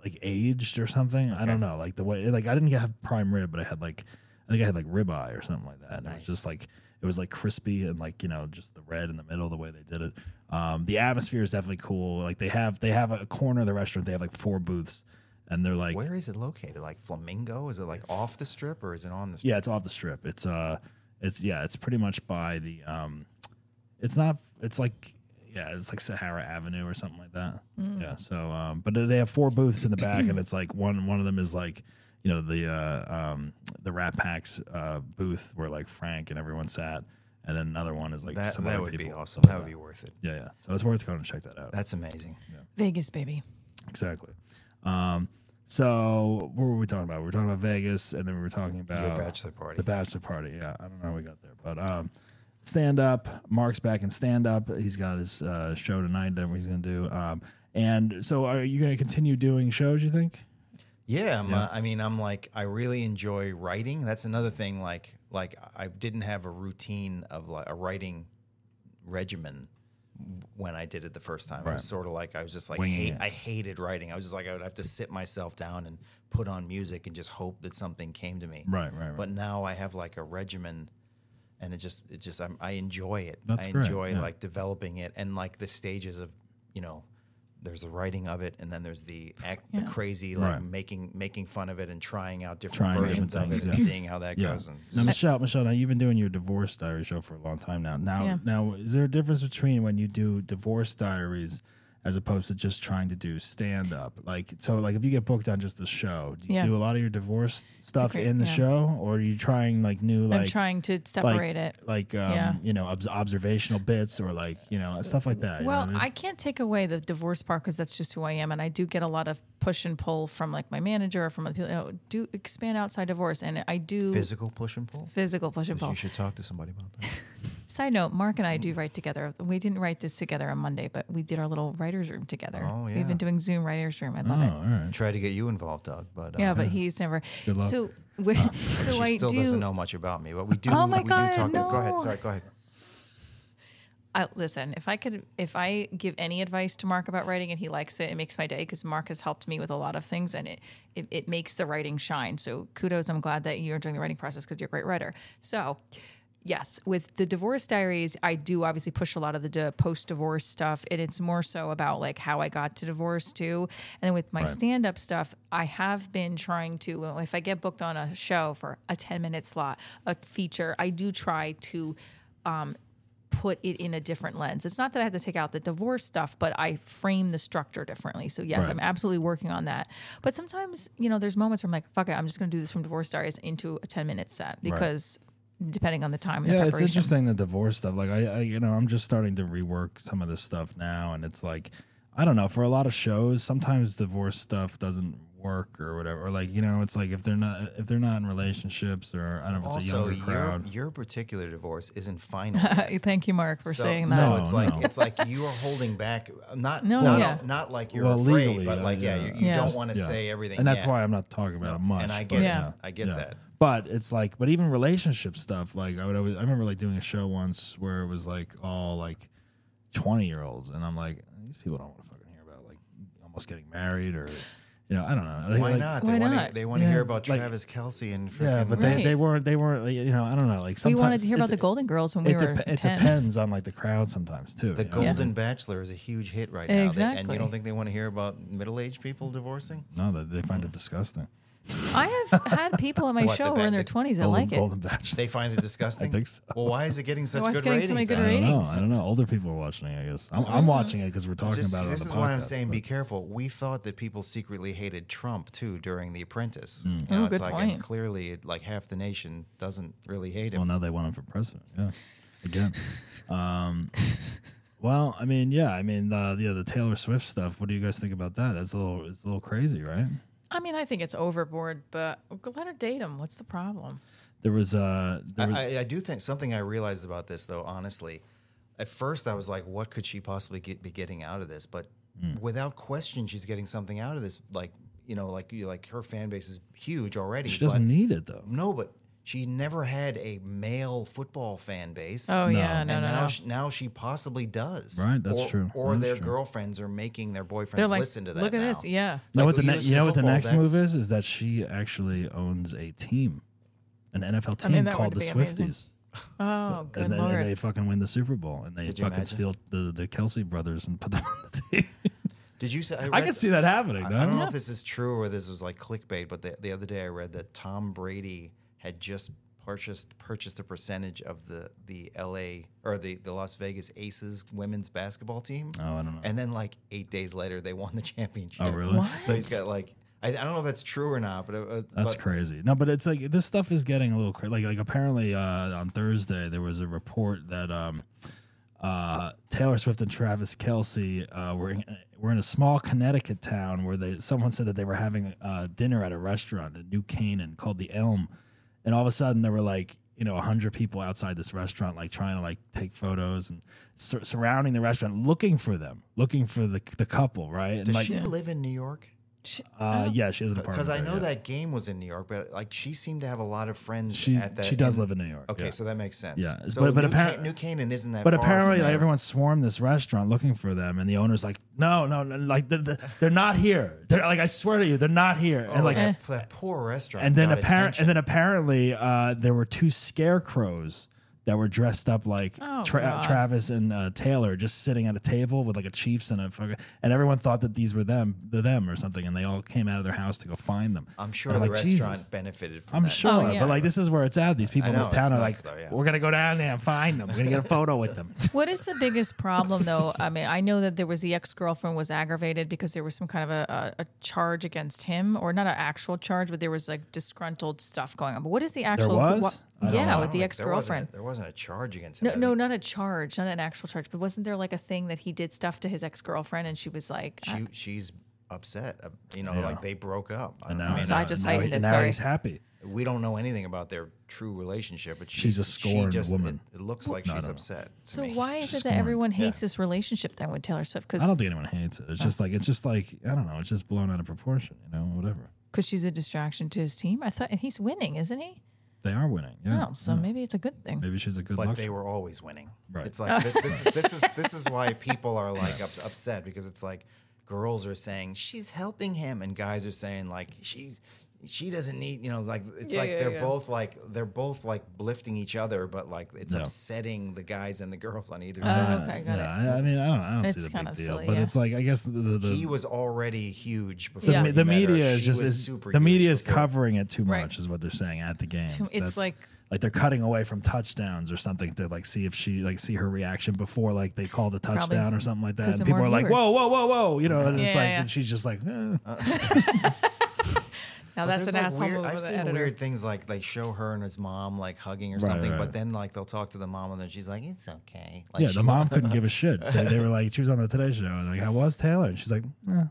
Speaker 4: like aged or something. I don't know, like the way like I didn't have prime rib, but I had like I think I had like ribeye or something like that. And It was just like it was like crispy and like you know just the red in the middle the way they did it. Um, the atmosphere is definitely cool. Like they have they have a corner of the restaurant. They have like four booths, and they're like
Speaker 5: Where is it located? Like Flamingo? Is it like off the strip or is it on the strip?
Speaker 4: Yeah, it's off the strip. It's uh, it's yeah, it's pretty much by the um, it's not. It's like yeah, it's like Sahara Avenue or something like that. Yeah. So um, but they have four booths in the back, and it's like one one of them is like you know the uh um the Rat Pack's uh booth where like Frank and everyone sat, and then another one is like
Speaker 5: That,
Speaker 4: some
Speaker 5: that
Speaker 4: other
Speaker 5: would be
Speaker 4: people.
Speaker 5: awesome. That would be worth it.
Speaker 4: Yeah, yeah. So it's worth going to check that out.
Speaker 5: That's amazing.
Speaker 6: Vegas, baby.
Speaker 4: Exactly. Um, so what were we talking about? We were talking about Vegas, and then we were talking about
Speaker 5: bachelor party.
Speaker 4: The bachelor party. Yeah, I don't know how we got there, but um, stand up. Mark's back in stand up. He's got his uh, show tonight that he's gonna do. Um, and so are you gonna continue doing shows? You think?
Speaker 5: Yeah, I'm, Uh, I mean, I'm like, I really enjoy writing. That's another thing. Like, like I didn't have a routine of like a writing regimen when I did it the first time. It was sort of like I was just like,
Speaker 4: Winging
Speaker 5: hate,
Speaker 4: it.
Speaker 5: I hated writing. I was just like, I would have to sit myself down and put on music and just hope that something came to me.
Speaker 4: Right, right, right.
Speaker 5: But now I have like a regimen, and it just, it just, I'm, I enjoy it.
Speaker 4: That's
Speaker 5: I
Speaker 4: great,
Speaker 5: enjoy
Speaker 4: yeah.
Speaker 5: like developing it and like the stages of, you know. There's the writing of it, and then there's the act, the crazy like
Speaker 4: Right.
Speaker 5: making making fun of it and trying out different
Speaker 4: Trying different
Speaker 5: versions of
Speaker 4: things,
Speaker 5: it and
Speaker 4: yeah.
Speaker 5: seeing how that goes. And
Speaker 4: Now, Michelle, Michelle, now you've been doing your divorce diary show for a long time now. Now,
Speaker 6: Yeah.
Speaker 4: now, is there a difference between when you do divorce diaries as opposed to just trying to do stand up? Like, so, like, if you get booked on just the show, do you
Speaker 6: Yeah.
Speaker 4: do a lot of your divorce stuff
Speaker 6: great-
Speaker 4: in the
Speaker 6: yeah.
Speaker 4: show, or are you trying like new, like,
Speaker 6: I'm trying to
Speaker 4: like,
Speaker 6: separate it.
Speaker 4: like, um,
Speaker 6: Yeah.
Speaker 4: you know, obs- observational bits or like, you know, stuff like that? you know
Speaker 6: Well,
Speaker 4: what I mean?
Speaker 6: I can't take away the divorce part because that's just who I am, and I do get a lot of push and pull from like my manager or from other people. You know, do expand outside divorce, and I do
Speaker 5: Physical push and pull.
Speaker 6: physical push and pull.
Speaker 5: You should talk to somebody about that.
Speaker 6: Side note: Mark and I do write together. We didn't write this together on Monday, but we did our little writers' room together.
Speaker 5: Oh, yeah.
Speaker 6: We've been doing Zoom writers' room. I love
Speaker 4: Oh,
Speaker 6: it.
Speaker 4: all right.
Speaker 5: Tried to get you involved, Doug, but uh,
Speaker 6: Yeah, but he's never.
Speaker 4: Good luck.
Speaker 6: So, we- so
Speaker 5: she
Speaker 6: I
Speaker 5: still
Speaker 6: do.
Speaker 5: doesn't know much about me. But we do.
Speaker 6: Oh my
Speaker 5: we
Speaker 6: God,
Speaker 5: do talk Go ahead.
Speaker 6: no.
Speaker 5: Sorry. Go ahead.
Speaker 6: I, listen, if I could, if I give any advice to Mark about writing and he likes it, it makes my day because Mark has helped me with a lot of things and it, it, it makes the writing shine. So kudos. I'm glad that you're enjoying the writing process because you're a great writer. So, yes, with the divorce diaries, I do obviously push a lot of the di- post divorce stuff and it's more so about like how I got to divorce too. And then with my stand up stuff, I have been trying to, well, if I get booked on a show for a 10 minute slot, a feature, I do try to put it in a different lens. It's not that I have to take out the divorce stuff, but I frame the structure differently. So yes,
Speaker 4: Right.
Speaker 6: I'm absolutely working on that. But sometimes, you know, there's moments where I'm like, fuck it, I'm just gonna do this from divorce diaries into a 10 minute set because depending on the time
Speaker 4: Yeah,
Speaker 6: and the
Speaker 4: it's
Speaker 6: preparation.
Speaker 4: interesting the divorce stuff. Like I, I, you know, I'm just starting to rework some of this stuff now, and it's like, I don't know. For a lot of shows, sometimes divorce stuff doesn't work or whatever. Or like, you know, it's like if they're not if they're not in relationships or I don't know if it's
Speaker 5: Also,
Speaker 4: a younger
Speaker 5: your,
Speaker 4: crowd.
Speaker 5: your particular divorce isn't final.
Speaker 6: Thank you, Mark, for
Speaker 5: so,
Speaker 6: saying
Speaker 5: so
Speaker 6: that.
Speaker 4: No,
Speaker 5: it's like
Speaker 4: no.
Speaker 5: it's like you are holding back. Not
Speaker 6: No,
Speaker 5: not,
Speaker 6: yeah.
Speaker 5: not like you're
Speaker 4: Well,
Speaker 5: afraid,
Speaker 4: legally,
Speaker 5: but
Speaker 4: uh,
Speaker 5: like yeah,
Speaker 4: yeah.
Speaker 5: you, you
Speaker 6: Yeah.
Speaker 5: don't
Speaker 6: Just-
Speaker 5: want to
Speaker 4: yeah.
Speaker 5: say everything.
Speaker 4: and that's
Speaker 5: yet.
Speaker 4: why I'm not talking about it
Speaker 5: No,
Speaker 4: much.
Speaker 5: and I
Speaker 4: but,
Speaker 5: get
Speaker 6: it.
Speaker 4: you
Speaker 6: Yeah.
Speaker 4: know,
Speaker 5: I get that.
Speaker 4: But it's like, but even relationship stuff, like I would always, I remember like doing a show once where it was like all like 20 year olds. And I'm like, these people don't want to fucking hear about like almost getting married or, you know, I don't know. Like-
Speaker 5: Why
Speaker 4: like-
Speaker 5: not?
Speaker 6: Why
Speaker 5: they want
Speaker 6: not?
Speaker 5: to. They want to
Speaker 4: Yeah,
Speaker 5: hear about
Speaker 4: like-
Speaker 5: Travis Kelsey and freaking,
Speaker 4: Yeah, but they,
Speaker 6: Right.
Speaker 4: they weren't, they weren't, like, you know, I don't know. Like
Speaker 6: we
Speaker 4: sometimes
Speaker 6: wanted to hear
Speaker 4: it
Speaker 6: about the
Speaker 4: de-
Speaker 6: Golden Girls when we
Speaker 4: It,
Speaker 6: were
Speaker 4: dep- it
Speaker 6: 10.
Speaker 4: depends on like the crowd sometimes too.
Speaker 5: the
Speaker 4: you know what I
Speaker 5: Golden
Speaker 4: mean?
Speaker 5: Bachelor is a huge hit right now, They- and
Speaker 6: Exactly.
Speaker 5: you don't think they want to hear about middle-aged people divorcing?
Speaker 4: No, they, they find it disgusting.
Speaker 6: I have had people at my
Speaker 5: What, the
Speaker 6: show who are
Speaker 5: ba-
Speaker 6: in their
Speaker 5: the
Speaker 6: 20s that
Speaker 4: Golden,
Speaker 6: like it.
Speaker 4: Golden Bachelor.
Speaker 5: They find it disgusting.
Speaker 4: think so.
Speaker 5: Well, why is it getting such
Speaker 6: Why is it
Speaker 5: good
Speaker 6: getting
Speaker 5: ratings?
Speaker 6: so many good
Speaker 5: then?
Speaker 4: I don't know.
Speaker 6: ratings.
Speaker 4: I don't know. Older people are watching it, I guess. I'm, I'm watching it because we're talking
Speaker 5: Just-
Speaker 4: about it.
Speaker 5: this
Speaker 4: on
Speaker 5: is
Speaker 4: the
Speaker 5: why I'm
Speaker 4: podcast,
Speaker 5: saying
Speaker 4: but-
Speaker 5: be careful. We thought that people secretly hated Trump too during The Apprentice.
Speaker 4: Mm.
Speaker 5: You
Speaker 6: Ooh,
Speaker 5: know, it's
Speaker 6: Oh, good
Speaker 5: like and
Speaker 6: point.
Speaker 5: clearly it, like half the nation doesn't really hate him.
Speaker 4: Well, now they want him for president. Yeah, again. Um, well, I mean, yeah, I mean, uh, yeah, the Taylor Swift stuff. What do you guys think about that? That's a little, it's a little crazy, right?
Speaker 6: I mean, I think it's overboard, but let her date him. What's the problem?
Speaker 4: There was, uh, there was
Speaker 5: I, I do think something I realized about this, though, honestly, at first I was like, what could she possibly get, be getting out of this? But
Speaker 4: Mm.
Speaker 5: without question, she's getting something out of this. Like, you know, like you like her fan base is huge already.
Speaker 4: she doesn't
Speaker 5: but-
Speaker 4: need it though.
Speaker 5: No, but she never had a male football fan base.
Speaker 6: Oh,
Speaker 4: No.
Speaker 6: yeah. No,
Speaker 5: and
Speaker 6: no,
Speaker 5: now
Speaker 6: no.
Speaker 5: She, now she possibly does.
Speaker 4: Right, that's
Speaker 5: or,
Speaker 4: true.
Speaker 5: Or
Speaker 4: That's
Speaker 5: their
Speaker 4: true.
Speaker 5: girlfriends are making their boyfriends
Speaker 6: They're like,
Speaker 5: listen to that.
Speaker 6: look at
Speaker 5: now.
Speaker 6: this. Yeah.
Speaker 4: You know
Speaker 5: Like,
Speaker 4: what the
Speaker 5: you
Speaker 4: ne-
Speaker 5: listen
Speaker 4: you
Speaker 5: to
Speaker 4: know what the
Speaker 5: football,
Speaker 4: next move
Speaker 5: that's-
Speaker 4: is? Is that she actually owns a team, an NFL
Speaker 6: I
Speaker 4: team
Speaker 6: mean, that
Speaker 4: called
Speaker 6: would
Speaker 4: the
Speaker 6: be amazing.
Speaker 4: Swifties,
Speaker 6: Oh, good
Speaker 4: and, then,
Speaker 6: lord.
Speaker 4: and they fucking win the Super Bowl, and they
Speaker 5: Could you
Speaker 4: fucking
Speaker 5: imagine?
Speaker 4: steal the the Kelsey brothers and put them on the team.
Speaker 5: Did you say? I,
Speaker 4: I
Speaker 5: read-
Speaker 4: can see that happening.
Speaker 5: I, I
Speaker 4: no?
Speaker 5: don't know if this is true or this was like clickbait, but the, the other day I read that Tom Brady had just purchased purchased a percentage of the the L.A. or the the Las Vegas Aces women's basketball team.
Speaker 4: Oh, I don't know.
Speaker 5: And then like eight days later, they won the championship.
Speaker 4: Oh, really?
Speaker 5: So he's got like I, I don't know if that's true or not, but it, uh,
Speaker 4: That's
Speaker 5: but
Speaker 4: crazy. No, but it's like this stuff is getting a little crazy. Like, like apparently uh, on Thursday there was a report that um, uh, Taylor Swift and Travis Kelsey uh, were in, were in a small Connecticut town where they someone said that they were having uh, dinner at a restaurant in New Canaan called the Elm, and all of a sudden there were like you know a hundred people outside this restaurant like trying to like take photos and sur- surrounding the restaurant looking for them, looking for the the couple, right? And
Speaker 5: Does
Speaker 4: like,
Speaker 5: she live in New York?
Speaker 4: uh, yeah, she has an apartment
Speaker 5: Because I
Speaker 4: there,
Speaker 5: know
Speaker 4: yeah.
Speaker 5: that game was in New York, but like she seemed to have a lot of friends.
Speaker 4: She's-
Speaker 5: at that
Speaker 4: she does
Speaker 5: in-
Speaker 4: live in New York,
Speaker 5: Okay,
Speaker 4: yeah.
Speaker 5: so that makes sense.
Speaker 4: Yeah,
Speaker 5: so
Speaker 4: but- but
Speaker 5: New, Ca-
Speaker 4: apparent-
Speaker 5: New Canaan isn't that.
Speaker 4: But
Speaker 5: far from
Speaker 4: apparently, like,
Speaker 5: there.
Speaker 4: everyone swarmed this restaurant looking for them, and the owner's like, "No, no, no like they're, they're they're not here. They're like, I swear to you, they're not here."
Speaker 5: Oh,
Speaker 4: and like,
Speaker 6: Eh.
Speaker 5: that, that poor restaurant.
Speaker 4: and then
Speaker 5: got
Speaker 4: apparent,
Speaker 5: attention.
Speaker 4: and then apparently, uh, there were two scarecrows that were dressed up like
Speaker 6: Oh,
Speaker 4: Tra-
Speaker 6: God.
Speaker 4: Travis and uh, Taylor, just sitting at a table with like a Chiefs and a fucking, and everyone thought that these were them, the them or something, and they all came out of their house to go find them.
Speaker 5: I'm sure the
Speaker 4: And I'm like,
Speaker 5: restaurant
Speaker 4: "Jesus."
Speaker 5: benefited from
Speaker 4: I'm
Speaker 5: that.
Speaker 4: sure,
Speaker 6: Oh, yeah.
Speaker 4: but like this is where it's at. These people in
Speaker 5: know,
Speaker 4: this town
Speaker 5: it's
Speaker 4: are like,
Speaker 5: nuts, though, yeah.
Speaker 4: "We're gonna go down there and find them. We're gonna get a photo with them."
Speaker 6: What is the biggest problem, though? I mean, I know that there was the ex girlfriend was aggravated because there was some kind of a, a, a charge against him, or not an actual charge, but there was like disgruntled stuff going on. But what is the actual?
Speaker 4: was?
Speaker 6: what-
Speaker 4: I don't
Speaker 5: I
Speaker 6: yeah, with
Speaker 5: don't
Speaker 6: the
Speaker 5: think-
Speaker 6: ex
Speaker 5: there wasn't a-
Speaker 6: girlfriend.
Speaker 5: There wasn't a charge against him.
Speaker 6: No, no, not a charge, not an actual charge. But wasn't there like "Uh, a thing that he did stuff to his ex girlfriend, and she was like,
Speaker 5: She, she's upset. uh, You know,
Speaker 4: Yeah.
Speaker 5: like they broke up. I,
Speaker 4: know.
Speaker 6: So I just
Speaker 4: now,
Speaker 6: heightened it,
Speaker 4: Now
Speaker 6: sorry.
Speaker 4: he's happy.
Speaker 5: we don't know anything about their true relationship, but
Speaker 4: She's a
Speaker 5: she
Speaker 4: scorned
Speaker 5: just-
Speaker 4: woman.
Speaker 5: It, it looks like she's upset. to
Speaker 6: So
Speaker 5: me.
Speaker 6: why is it that everyone hates this relationship then with Taylor
Speaker 4: I
Speaker 6: Swift? Because
Speaker 4: don't think anyone hates it. It's just like it's just like I don't know. It's just blown out of proportion. You know, whatever.
Speaker 6: she's a distraction to his team. I thought and he's winning, isn't he?
Speaker 4: They are winning. Yeah.
Speaker 6: Oh, so maybe it's a good thing.
Speaker 4: Maybe she's a good.
Speaker 5: But
Speaker 4: luck
Speaker 5: they were always winning.
Speaker 4: Right.
Speaker 5: It's like thi- this is this is this is why people are like up, upset because it's like girls are saying she's helping him and guys are saying like she's she doesn't need you know like it's
Speaker 6: Yeah,
Speaker 5: like
Speaker 6: yeah,
Speaker 5: they're
Speaker 6: yeah.
Speaker 5: both like they're both like lifting each other but like it's
Speaker 4: Yeah.
Speaker 5: upsetting the guys and the girls on either
Speaker 6: Oh,
Speaker 5: side.
Speaker 6: okay, got
Speaker 4: Uh, yeah,
Speaker 6: it.
Speaker 4: I, I mean, I don't, I don't see
Speaker 6: It's
Speaker 4: the
Speaker 6: kind
Speaker 4: big
Speaker 6: of
Speaker 4: deal,
Speaker 6: silly,
Speaker 4: but
Speaker 6: yeah.
Speaker 4: it's like I guess the the, the,
Speaker 5: He was already huge before
Speaker 6: The
Speaker 5: he
Speaker 6: me-
Speaker 4: the
Speaker 5: met her.
Speaker 4: media is
Speaker 5: She
Speaker 4: just
Speaker 5: was
Speaker 4: is,
Speaker 5: super
Speaker 4: the
Speaker 5: huge
Speaker 4: media is
Speaker 5: before.
Speaker 4: covering it too much,
Speaker 6: Right.
Speaker 4: is what they're saying at the game.
Speaker 6: Too- it's like-
Speaker 4: like they're cutting away from touchdowns or something to like see if she like see her reaction before like they call the touchdown or something like that,
Speaker 6: 'cause
Speaker 4: and
Speaker 6: of
Speaker 4: people
Speaker 6: more
Speaker 4: are like,
Speaker 6: viewers.
Speaker 4: whoa, whoa, whoa, whoa, you know, and it's
Speaker 6: Yeah,
Speaker 4: like
Speaker 6: yeah.
Speaker 4: and she's just like, eh.
Speaker 5: But
Speaker 6: Now that's an
Speaker 5: there's, like,
Speaker 6: asshole
Speaker 5: weird-
Speaker 6: move
Speaker 5: I've
Speaker 6: of the
Speaker 5: seen
Speaker 6: editor.
Speaker 5: weird things like they show her and his mom like hugging or
Speaker 4: Right,
Speaker 5: something,
Speaker 4: right.
Speaker 5: but then like they'll talk to the mom and then she's like, "It's okay." Like
Speaker 4: yeah,
Speaker 5: she
Speaker 4: the mom couldn't give a shit. They, they were like, she was on the Today Show, and like, how was Taylor? And she's like, eh.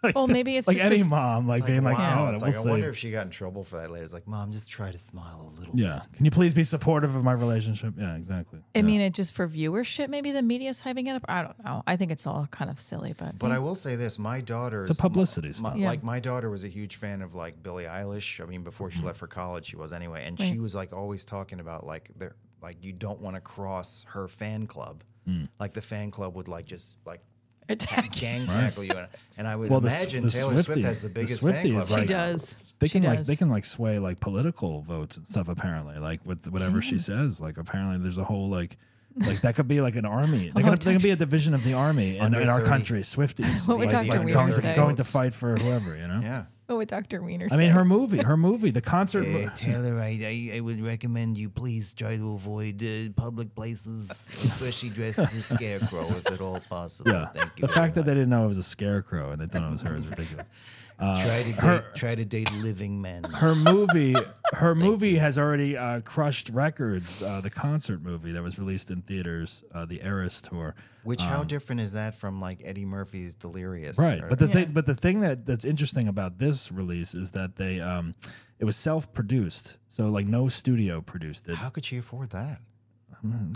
Speaker 4: like,
Speaker 6: Well, maybe it's
Speaker 4: like
Speaker 6: just
Speaker 4: any
Speaker 6: 'cause-
Speaker 4: mom, like, being like,
Speaker 5: wow.
Speaker 4: oh,
Speaker 5: it's
Speaker 4: we'll
Speaker 5: like,
Speaker 4: see.
Speaker 5: I wonder if she got in trouble for that later. It's like, mom, just try to smile a little.
Speaker 4: yeah, can you please be supportive of my relationship? Yeah, exactly.
Speaker 6: I mean, it just for viewership. Maybe the media's hyping it up. I don't know. I think it's all kind of silly, but,
Speaker 5: But I will say this: my daughter,
Speaker 4: It's a publicity stunt.
Speaker 6: Yeah.
Speaker 5: Like my daughter was a huge fan of like Billie Eilish. I mean, before
Speaker 4: Mm-hmm.
Speaker 5: she left for college, she was anyway, and she was like always talking about like there, like you don't want to cross her fan club.
Speaker 4: Hmm.
Speaker 5: Like the fan club would like just like
Speaker 6: attack.
Speaker 5: gang tackle you, and, and I would
Speaker 4: Well, the S-
Speaker 5: imagine
Speaker 4: the
Speaker 5: Taylor
Speaker 4: Swiftie-
Speaker 5: Swift has the
Speaker 4: the
Speaker 5: biggest
Speaker 4: Swiftie
Speaker 5: fan
Speaker 4: is
Speaker 5: club.
Speaker 4: She
Speaker 6: She
Speaker 4: like-
Speaker 6: does.
Speaker 4: they
Speaker 6: She
Speaker 4: can like they
Speaker 6: does.
Speaker 4: can like sway like political votes and stuff apparently like with whatever she says like apparently there's a whole like like that could be like an army they could, they could be a division of the army in,
Speaker 5: Under
Speaker 4: in our
Speaker 5: 30.
Speaker 4: country swifties
Speaker 6: What would
Speaker 4: like,
Speaker 6: Dr.
Speaker 4: like,
Speaker 6: Weiner
Speaker 4: going,
Speaker 6: say?
Speaker 4: going to fight for whoever you know
Speaker 5: Yeah.
Speaker 6: What would Dr. Oh, Wiener
Speaker 4: i mean her movie her movie the concert
Speaker 5: Uh, Taylor, I, I, I would recommend you please try to avoid uh, public places, especially dressed as a scarecrow if at all possible.
Speaker 4: yeah
Speaker 5: Thank you.
Speaker 4: the fact that
Speaker 5: very
Speaker 4: they didn't know it was a scarecrow and they thought it was her is ridiculous
Speaker 5: much.
Speaker 4: uh,
Speaker 5: try to date, try to date living men.
Speaker 4: her movie her movie has already uh, crushed records uh, the concert movie that was released in theaters uh, the eras tour
Speaker 5: Which how different is that from like Eddie Murphy's Delirious?
Speaker 4: Um, Right.
Speaker 5: or-
Speaker 4: But the thing but the thing that that's interesting about this release is that they um it was self-produced. So like no studio produced it.
Speaker 5: how could she afford that?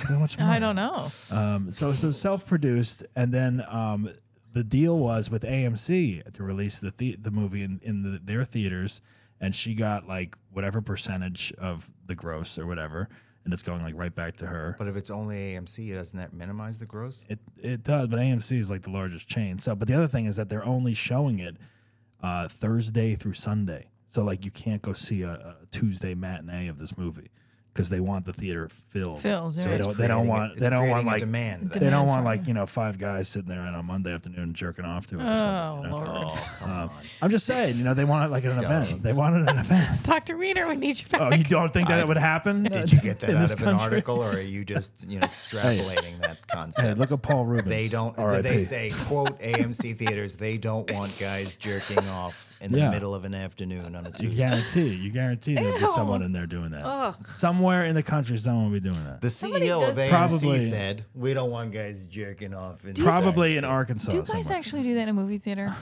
Speaker 4: So much
Speaker 6: I don't know.
Speaker 4: um, so so self-produced, and then um, the deal was with AMC to release the the, the movie in in the, their theaters, and she got like whatever percentage of the gross or whatever, and it's going like right back to her.
Speaker 5: But if it's only AMC, doesn't that minimize the gross?
Speaker 4: It it does, but AMC is like the largest chain. So, but the other thing is that they're only showing it uh, Thursday through Sunday. So, like, you can't go see a, a Tuesday matinee of this movie because they want the theater filled.
Speaker 6: Filled,
Speaker 4: So
Speaker 6: yeah.
Speaker 4: they
Speaker 6: It's
Speaker 4: don't. They don't
Speaker 5: Creating a-
Speaker 4: want.
Speaker 5: it's
Speaker 4: They don't
Speaker 5: creating
Speaker 4: want
Speaker 5: a
Speaker 4: like.
Speaker 5: demand.
Speaker 4: They
Speaker 5: that-
Speaker 4: don't
Speaker 6: Demand
Speaker 4: want
Speaker 6: for
Speaker 4: like you know five guys sitting there on a Monday afternoon jerking off to it. Or
Speaker 6: Oh,
Speaker 4: something, you know? Um,
Speaker 6: Lord.
Speaker 4: I'm just saying, you know, they want it like an event. They wanted an event.
Speaker 6: Dr. Wiener, we need you back.
Speaker 4: Oh, you don't think that it would happen?
Speaker 5: Did you get that
Speaker 4: in
Speaker 5: out
Speaker 4: this
Speaker 5: of an
Speaker 4: country?
Speaker 5: article, or are you just you know extrapolating that concept?
Speaker 4: Hey, look at Paul Rubens.
Speaker 5: They don't.
Speaker 4: RIP.
Speaker 5: They say, "quote AMC theaters." They don't want guys jerking off in the
Speaker 4: Yeah.
Speaker 5: middle of an afternoon on a
Speaker 4: You
Speaker 5: Tuesday.
Speaker 4: guarantee, you guarantee there'll be
Speaker 6: Ew.
Speaker 4: someone in there doing that. Somewhere in the country, someone will be doing that.
Speaker 5: The CEO of AMC
Speaker 6: does-
Speaker 4: Probably-
Speaker 5: said, "We don't want guys jerking off." In
Speaker 4: Probably in Arkansas.
Speaker 6: do you guys
Speaker 4: somewhere.
Speaker 6: actually do that in a movie theater?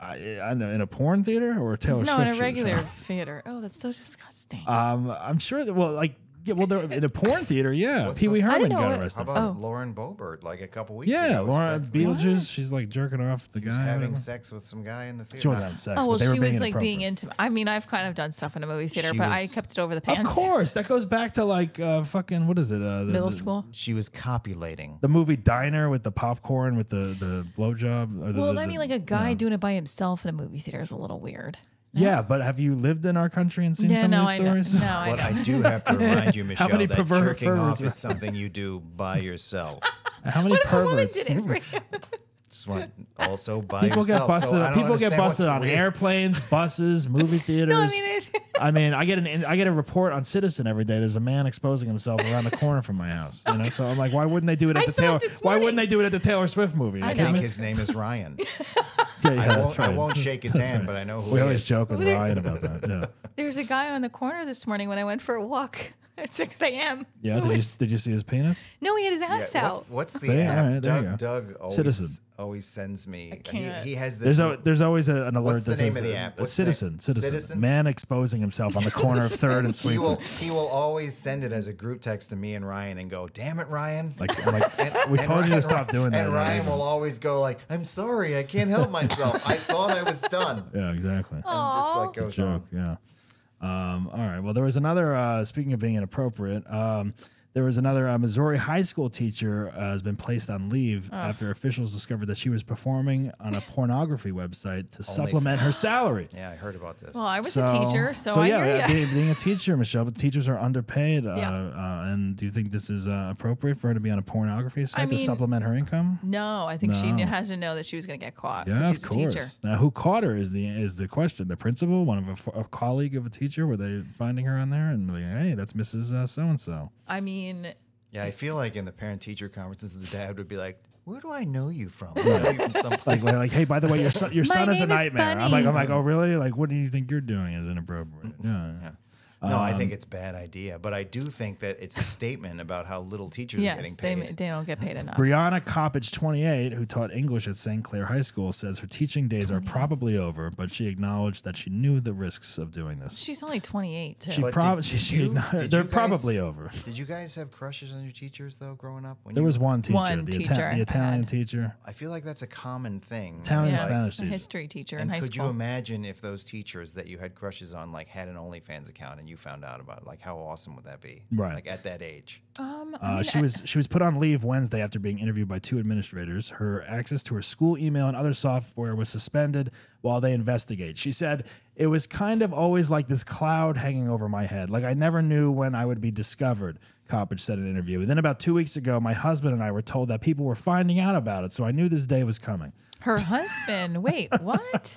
Speaker 4: I, I know in a porn theater or a Taylor
Speaker 6: No,
Speaker 4: Swift
Speaker 6: in a
Speaker 4: shoot or
Speaker 6: regular
Speaker 4: something?
Speaker 6: theater. Oh, that's so disgusting.
Speaker 4: Um, I'm sure. That, well, like, yeah, well, there, in a porn theater, yeah.
Speaker 5: What's
Speaker 4: Pee Wee
Speaker 5: the- I
Speaker 4: Herman
Speaker 6: didn't know
Speaker 4: got
Speaker 6: what-
Speaker 5: How
Speaker 4: arrested.
Speaker 5: about
Speaker 6: Oh.
Speaker 5: Lauren Boebert? Like a couple weeks
Speaker 4: yeah,
Speaker 5: ago,
Speaker 4: Laura
Speaker 5: was back-
Speaker 4: Beetlejuice. She's like jerking off the
Speaker 5: was
Speaker 4: guy.
Speaker 5: having
Speaker 4: whatever.
Speaker 5: sex with some guy in the theater.
Speaker 4: She wasn't having sex.
Speaker 6: oh, well,
Speaker 4: but they
Speaker 6: she
Speaker 4: were being
Speaker 6: was like being
Speaker 4: inappropriate.
Speaker 6: intimate. I mean, I've kind of done stuff in a movie theater,
Speaker 5: She
Speaker 6: but I
Speaker 5: was-
Speaker 6: kept it over the pants.
Speaker 4: Of course, that goes back to like uh, fucking what is it? Uh, the,
Speaker 6: Middle
Speaker 4: the,
Speaker 6: school.
Speaker 5: She was copulating.
Speaker 4: The movie Diner with the popcorn with the the blowjob. or the-
Speaker 6: Well,
Speaker 4: the-
Speaker 6: I mean, like a guy doing it by himself in a movie theater is a little weird.
Speaker 4: yeah, but have you lived in our country and seen
Speaker 6: Yeah,
Speaker 4: some
Speaker 6: no,
Speaker 4: of these
Speaker 6: I know.
Speaker 4: stories?
Speaker 6: No, I
Speaker 5: But
Speaker 6: know.
Speaker 5: I do have to remind you, Michelle,
Speaker 4: many
Speaker 5: that
Speaker 4: perver-
Speaker 5: jerking off
Speaker 4: perverts-
Speaker 5: is something you do by yourself.
Speaker 4: How many
Speaker 6: What if a woman
Speaker 4: perverts?
Speaker 6: did it for you?
Speaker 5: Just want- also by
Speaker 4: People get
Speaker 5: yourself.
Speaker 4: busted.
Speaker 5: So I
Speaker 4: on,
Speaker 5: don't
Speaker 4: people get
Speaker 5: understand what's
Speaker 4: busted on
Speaker 5: weird.
Speaker 4: airplanes, buses, movie theaters.
Speaker 6: No, I mean, it's,
Speaker 4: I mean, I get an I get a report on Citizen every day. There's a man exposing himself around the corner from my house. You know, so I'm like, why wouldn't they do it at
Speaker 6: I
Speaker 4: the
Speaker 6: saw it
Speaker 4: Taylor?
Speaker 6: this
Speaker 4: why wouldn't they
Speaker 6: morning.
Speaker 4: do it at the Taylor Swift movie?
Speaker 6: I
Speaker 4: Like,
Speaker 5: I
Speaker 6: know.
Speaker 5: think his name is Ryan.
Speaker 4: yeah, yeah,
Speaker 5: I,
Speaker 4: that's
Speaker 5: won't, I
Speaker 4: right.
Speaker 5: won't shake his hand, but I know who
Speaker 4: We
Speaker 5: he
Speaker 4: always
Speaker 5: is.
Speaker 4: joke with
Speaker 6: Well, there-
Speaker 4: Ryan about that. Yeah,
Speaker 6: there's a guy on the corner this morning when I went for a walk at 6 a.m.
Speaker 4: yeah.
Speaker 6: who
Speaker 4: Did you
Speaker 6: was-
Speaker 4: did you see his penis?
Speaker 6: no, he had his ass
Speaker 5: Yeah,
Speaker 6: out.
Speaker 5: what's, what's the
Speaker 4: See?
Speaker 5: app?
Speaker 4: All right, there you
Speaker 5: Doug, Doug always
Speaker 4: Citizen.
Speaker 5: always sends me.
Speaker 6: can't.
Speaker 5: He, he has this.
Speaker 4: There's a, there's always a, an alert
Speaker 5: What's the
Speaker 4: that
Speaker 5: name
Speaker 4: says
Speaker 5: of the
Speaker 4: uh,
Speaker 5: app?
Speaker 4: a
Speaker 5: What's the
Speaker 4: citizen,
Speaker 5: name?
Speaker 4: citizen,
Speaker 5: Citizen?
Speaker 4: man exposing himself on the corner of Third and
Speaker 5: he will
Speaker 4: Sweetson.
Speaker 5: he will always send it as a group text to me and Ryan and go, "Damn it, Ryan!"
Speaker 4: Like, I'm like, we
Speaker 5: And
Speaker 4: told
Speaker 5: Ryan-
Speaker 4: you to stop doing that.
Speaker 5: And
Speaker 4: right?
Speaker 5: Ryan will always go like, "I'm sorry, I can't help myself. I thought I was done."
Speaker 4: Yeah, exactly.
Speaker 6: Oh,
Speaker 5: And just like goes
Speaker 4: joke.
Speaker 5: on.
Speaker 4: Yeah. Um, all right. Well, there was another. Uh, speaking of being inappropriate, um, there was another uh, Missouri high school teacher uh, has been placed on leave after officials discovered that she was performing on a pornography website to supplement her salary.
Speaker 5: Yeah, I heard about this.
Speaker 6: Well, Oh, I was a teacher, so, I
Speaker 4: yeah,
Speaker 6: hear
Speaker 4: yeah,
Speaker 6: you.
Speaker 4: Being, being a teacher, Michelle, but teachers are underpaid. Uh,
Speaker 6: Yeah.
Speaker 4: uh, and do you think this is uh, appropriate for her to be on a pornography site to
Speaker 6: mean-
Speaker 4: supplement her income?
Speaker 6: No, I think she
Speaker 4: No.
Speaker 6: knew, has to know that she was going to get caught. 'cause
Speaker 4: Yeah,
Speaker 6: she's
Speaker 4: of
Speaker 6: a
Speaker 4: course.
Speaker 6: teacher.
Speaker 4: Now, who caught her is the is the question. The principal, one of a f- a, colleague of a teacher, were they finding her on there and like, hey, that's uh, Mrs. So and So.
Speaker 6: I mean,
Speaker 5: yeah, I feel like in the parent teacher conferences, the dad would be like, "Where do I know you from? I know you from
Speaker 4: Like,
Speaker 5: someplace."
Speaker 4: like, like, hey, by the way, your son, your
Speaker 6: My
Speaker 4: son is a
Speaker 6: name is
Speaker 4: nightmare. I'm
Speaker 6: Bunny. Mm-hmm.
Speaker 4: like, I'm like, oh really? Like, what do you think you're doing is inappropriate? Yeah.
Speaker 5: Yeah. No, I
Speaker 6: Um,
Speaker 5: think it's a bad idea, but I do think that it's a statement about how little teachers are
Speaker 6: yes,
Speaker 5: getting
Speaker 6: they,
Speaker 5: paid.
Speaker 6: they don't get paid enough.
Speaker 4: Brianna Coppage, 28, who taught English at St. Clair High School, says her teaching days are probably over, but she acknowledged that she knew the risks of doing this.
Speaker 6: She's only 28. Too.
Speaker 4: She
Speaker 5: But
Speaker 4: probably
Speaker 5: did-
Speaker 4: she,
Speaker 5: did
Speaker 4: she
Speaker 5: you-
Speaker 4: acknowledged-
Speaker 5: did
Speaker 4: they're
Speaker 5: you guys-
Speaker 4: probably over.
Speaker 5: Did you guys have crushes on your teachers though growing up? When
Speaker 4: There
Speaker 5: you-
Speaker 4: was one teacher,
Speaker 6: One
Speaker 4: the,
Speaker 6: teacher
Speaker 4: Ita-
Speaker 6: I
Speaker 4: the Italian
Speaker 6: had.
Speaker 4: teacher,
Speaker 5: I feel like that's a common thing.
Speaker 4: Italian
Speaker 5: It's like-
Speaker 4: and Spanish
Speaker 6: a
Speaker 4: teacher.
Speaker 6: history teacher in
Speaker 5: And
Speaker 6: high
Speaker 5: could
Speaker 6: school.
Speaker 5: you imagine if those teachers that you had crushes on like had an OnlyFans account and you found out about it? Like how awesome would that be?
Speaker 4: Right.
Speaker 5: Like at that age.
Speaker 6: um, I
Speaker 4: Uh,
Speaker 6: mean,
Speaker 4: she
Speaker 6: I-
Speaker 4: was she was put on leave Wednesday after being interviewed by two administrators. Her access to her school email and other software was suspended while they investigate. She said it was kind of always like this cloud hanging over my head. Like I never knew when I would be discovered. Coppage said in an interview. And then about two weeks ago, my husband and I were told that people were finding out about it, so I knew this day was coming.
Speaker 6: her husband. Wait, what?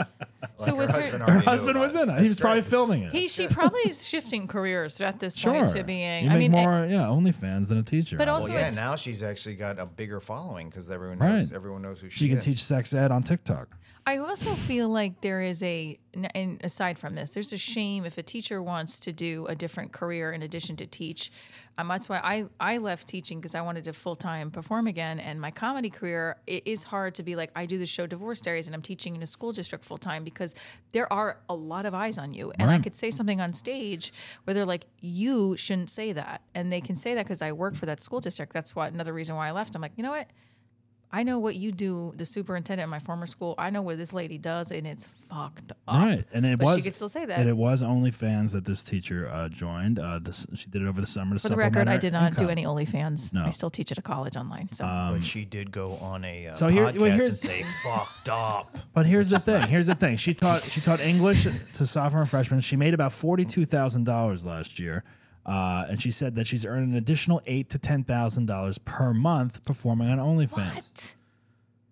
Speaker 6: so was her?
Speaker 5: husband
Speaker 4: Her
Speaker 5: already knew
Speaker 4: husband
Speaker 5: about
Speaker 4: was
Speaker 5: it.
Speaker 4: in it. He
Speaker 5: That's
Speaker 4: was probably
Speaker 5: great.
Speaker 4: filming it.
Speaker 6: He, she probably is shifting careers at this
Speaker 4: sure.
Speaker 6: point to being.
Speaker 4: you
Speaker 6: I
Speaker 4: make
Speaker 6: mean, I-
Speaker 4: more yeah OnlyFans than a teacher.
Speaker 6: But
Speaker 4: I
Speaker 6: also-
Speaker 5: Well,
Speaker 6: So
Speaker 5: yeah,
Speaker 6: it's-
Speaker 5: now she's actually got a bigger following because everyone
Speaker 4: Right.
Speaker 5: knows everyone knows who she,
Speaker 4: she can
Speaker 5: is.
Speaker 4: teach sex ed on TikTok.
Speaker 6: I also feel like there is a, and aside from this, there's a shame if a teacher wants to do a different career in addition to teach. Um, that's why I, I left teaching because I wanted to full time perform again. And my comedy career, it is hard to be like, I do the show Divorced Areas and I'm teaching in a school district full time because there are a lot of eyes on you. And I
Speaker 4: Right.
Speaker 6: could say something on stage where they're like, you shouldn't say that. And they can say that because I work for that school district. That's what another reason why I left. I'm like, you know what? I know what you do, the superintendent at my former school. I know what this lady does, and it's fucked up.
Speaker 4: Right, and it
Speaker 6: But she
Speaker 4: was
Speaker 6: could still say that.
Speaker 4: And it was OnlyFans that this teacher uh, joined. Uh, this, she did it over the summer to
Speaker 6: For the record, I did not
Speaker 4: income.
Speaker 6: do any OnlyFans.
Speaker 4: No.
Speaker 6: I still teach at a college online. So
Speaker 5: but she did go on a uh,
Speaker 4: um, So here- well,
Speaker 5: podcast and
Speaker 4: here's-
Speaker 5: say fucked up.
Speaker 4: But here's the thing. Here's the thing. She taught she taught English to sophomore and freshmen. She made about forty two thousand dollars last year, uh, and she said that she's earned an additional eight to ten thousand dollars per month performing on OnlyFans.
Speaker 6: what?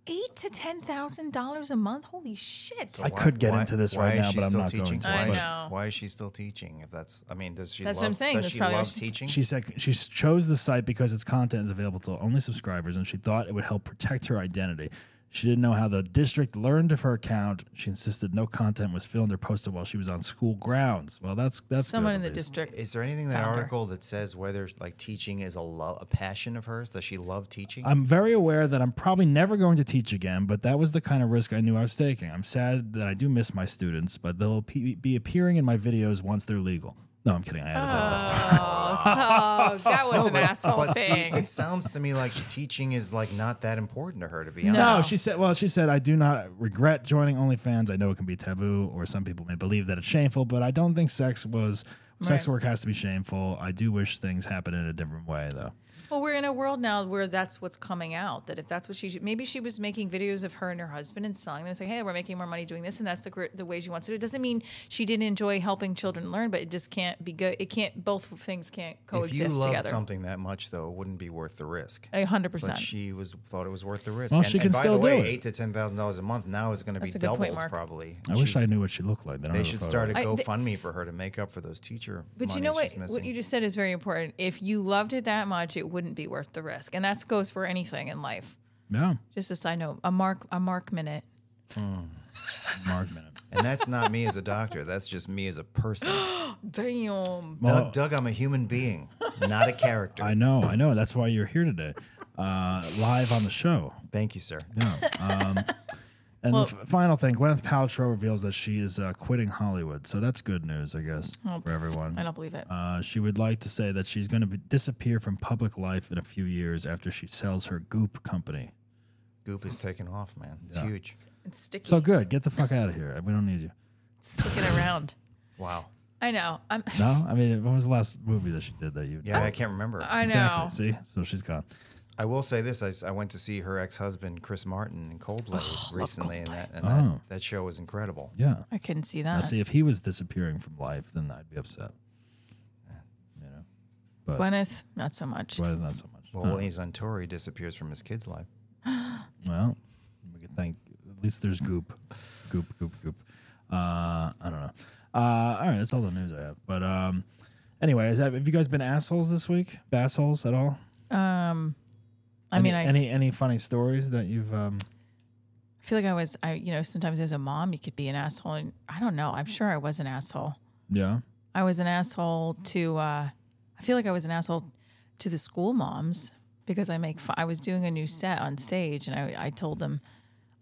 Speaker 6: Eight to ten thousand dollars a month? Holy shit!
Speaker 4: I could get into this
Speaker 5: why
Speaker 4: right
Speaker 5: is
Speaker 4: now,
Speaker 5: she
Speaker 4: but I'm
Speaker 5: still
Speaker 4: not
Speaker 5: teaching?
Speaker 4: going to.
Speaker 6: I
Speaker 5: Why,
Speaker 4: But
Speaker 5: is-
Speaker 6: know.
Speaker 5: why is she still teaching? If that's, I mean, does she?
Speaker 6: That's
Speaker 5: love,
Speaker 6: what I'm saying.
Speaker 5: Does
Speaker 6: That's
Speaker 5: she
Speaker 6: probably why
Speaker 5: love
Speaker 6: she's-
Speaker 5: teaching?
Speaker 4: She said she chose the site because its content is available to only subscribers, and she thought it would help protect her identity. She didn't know how the district learned of her account. She insisted no content was filmed or posted while she was on school grounds. Well, that's that's
Speaker 6: Someone
Speaker 4: good,
Speaker 6: in the
Speaker 4: at least.
Speaker 6: district.
Speaker 5: Is there anything in that
Speaker 6: Found her.
Speaker 5: article that says whether like teaching is a love, a passion of hers? Does she love teaching?
Speaker 4: I'm very aware that I'm probably never going to teach again, but that was the kind of risk I knew I was taking. I'm sad that I do miss my students, but they'll pe- be appearing in my videos once they're legal. No, I'm kidding. I added that last part.
Speaker 6: Oh, that was an asshole
Speaker 5: but see,
Speaker 6: thing.
Speaker 5: it sounds to me like teaching is like not that important to her. To be
Speaker 4: No,
Speaker 5: honest,
Speaker 4: she said. Well, she said, I do not regret joining OnlyFans. I know it can be taboo, or some people may believe that it's shameful, but I don't think sex was sex
Speaker 6: Right.
Speaker 4: work has to be shameful. I do wish things happened in a different way, though.
Speaker 6: Well, we're in a world now where that's what's coming out. That if that's what she maybe she was making videos of her and her husband and selling them, saying, "Hey, we're making more money doing this," and that's the gr- the way she wants to do. it. It doesn't mean she didn't enjoy helping children learn, but it just can't be good. It can't. Both things can't
Speaker 5: if you
Speaker 6: coexist
Speaker 5: love
Speaker 6: together.
Speaker 5: something that much, though, it wouldn't be worth the risk.
Speaker 6: A hundred
Speaker 5: But
Speaker 6: percent.
Speaker 5: she was thought it was worth the risk.
Speaker 4: Well,
Speaker 5: and,
Speaker 4: she
Speaker 5: and
Speaker 4: can
Speaker 5: by
Speaker 4: still
Speaker 5: the
Speaker 4: do
Speaker 5: way,
Speaker 4: it.
Speaker 5: eight to ten thousand dollars a month now is going to be
Speaker 6: That's a good
Speaker 5: doubled
Speaker 6: point, Mark.
Speaker 5: probably.
Speaker 4: I
Speaker 5: She-
Speaker 4: wish I knew what she looked like. They, don't
Speaker 5: They
Speaker 4: have a
Speaker 5: should
Speaker 4: photo.
Speaker 5: start a
Speaker 6: I- they-
Speaker 5: GoFundMe for her to make up for those teacher.
Speaker 6: But you
Speaker 5: money
Speaker 6: know what?
Speaker 5: she's
Speaker 6: What
Speaker 5: missing.
Speaker 6: you just said is very important. If you loved it that much, it wouldn't be worth the risk, and that goes for anything in life.
Speaker 4: Yeah,
Speaker 6: Just a side note: a mark, a mark minute.
Speaker 4: Mark minute.
Speaker 5: and that's not me as a doctor. That's just me as a person.
Speaker 6: Damn.
Speaker 4: Well,
Speaker 5: Doug, Doug, I'm a human being, not a character.
Speaker 4: I know, I know. That's why you're here today. uh, live on the show. Um,
Speaker 5: Thank you, sir.
Speaker 4: And the f- final thing, Gwyneth Paltrow reveals that she is uh, quitting Hollywood, so that's good news, I guess, for everyone.
Speaker 6: I don't believe it.
Speaker 4: Uh, she would like to say that she's going to be, disappear from public life in a few years after she sells her Goop company.
Speaker 5: Goop is taking off, man. It's huge.
Speaker 6: It's sticky.
Speaker 4: So good, get the fuck out of here. We don't need you.
Speaker 6: Stick it around.
Speaker 5: Wow.
Speaker 6: I know. I'm.
Speaker 4: No, I mean, when was the last movie that she did that you?
Speaker 5: Yeah, I can't remember. I,
Speaker 6: I know.
Speaker 4: Exactly. See, so she's gone.
Speaker 5: will say this: I, s- I went to see her ex-husband Chris Martin in Coldplay recently, and that and
Speaker 4: Oh.
Speaker 5: that, that show was incredible.
Speaker 4: Yeah.
Speaker 6: I couldn't see
Speaker 4: Now,
Speaker 6: that.
Speaker 4: see, if he was disappearing from life, then I'd be upset.
Speaker 6: Gwyneth, not so much.
Speaker 4: Why not so much?
Speaker 5: Well, when he's on tour, he disappears from his kid's life.
Speaker 4: Well, we could thank. At least there's goop, goop, goop, goop. Uh, I don't know. Uh, all right, that's all the news I have. But um, anyway, is that, have you guys been assholes this week? Bassholes at all?
Speaker 6: I mean, I
Speaker 4: any, any any funny stories that you've? Um,
Speaker 6: feel like I was. I you know sometimes as a mom you could be an asshole. And I don't know. I'm sure I was an asshole.
Speaker 4: yeah.
Speaker 6: I was an asshole to. Uh, I feel like I was an asshole to the school moms because I make. Fun. I was doing a new set on stage, and I I told them,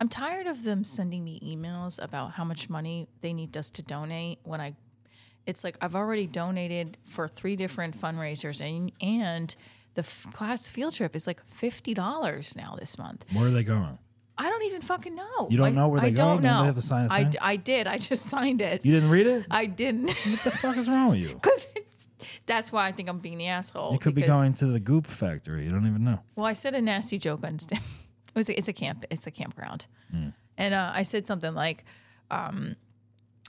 Speaker 6: I'm tired of them sending me emails about how much money they need us to donate when I. It's like I've already donated for three different fundraisers, and and the f- class field trip is like fifty dollars now this month.
Speaker 4: Where are they going?
Speaker 6: I don't even fucking know.
Speaker 4: You don't
Speaker 6: I,
Speaker 4: know where
Speaker 6: I
Speaker 4: they go?
Speaker 6: don't
Speaker 4: Don't they
Speaker 6: know.
Speaker 4: have to sign a
Speaker 6: I,
Speaker 4: thing?
Speaker 6: d- I did. I just signed it.
Speaker 4: You didn't read it?
Speaker 6: I didn't.
Speaker 4: What the fuck is wrong with you?
Speaker 6: Because it's that's why I think I'm being the asshole.
Speaker 4: You could be
Speaker 6: because-
Speaker 4: going to the goop factory. You don't even know.
Speaker 6: Well, I said a nasty joke on stage. It was a, it's a camp. It's a campground,
Speaker 4: Hmm.
Speaker 6: and uh, I said something like, um,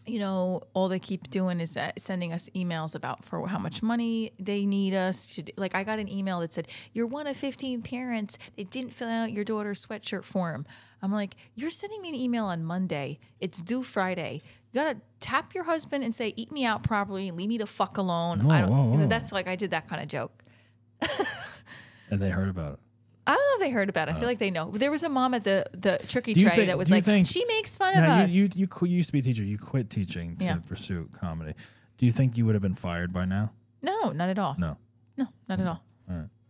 Speaker 6: you know, all they keep doing is uh, sending us emails about for how much money they need us. To, do- like, I got an email that said, "You're one of 15 parents that didn't fill out your daughter's sweatshirt form." I'm like, "You're sending me an email on Monday. It's due Friday." You gotta tap your husband and say, "Eat me out properly. Leave me to fuck alone." I
Speaker 4: Whoa,
Speaker 6: don't.
Speaker 4: whoa, whoa.
Speaker 6: That's like I did that kind of joke.
Speaker 4: And they heard about it.
Speaker 6: I don't know if they heard about it. I feel like they know. There was a mom at the the turkey
Speaker 4: Uh. Do you
Speaker 6: tray
Speaker 4: think-
Speaker 6: that was
Speaker 4: do you
Speaker 6: like,
Speaker 4: think-
Speaker 6: she makes fun of
Speaker 4: Now,
Speaker 6: us.
Speaker 4: you, you, you, qu- you used to be a teacher. You quit teaching to
Speaker 6: Yeah.
Speaker 4: pursue comedy. Do you think you would have been fired by now?
Speaker 6: no, not at all.
Speaker 4: No.
Speaker 6: No, not at all.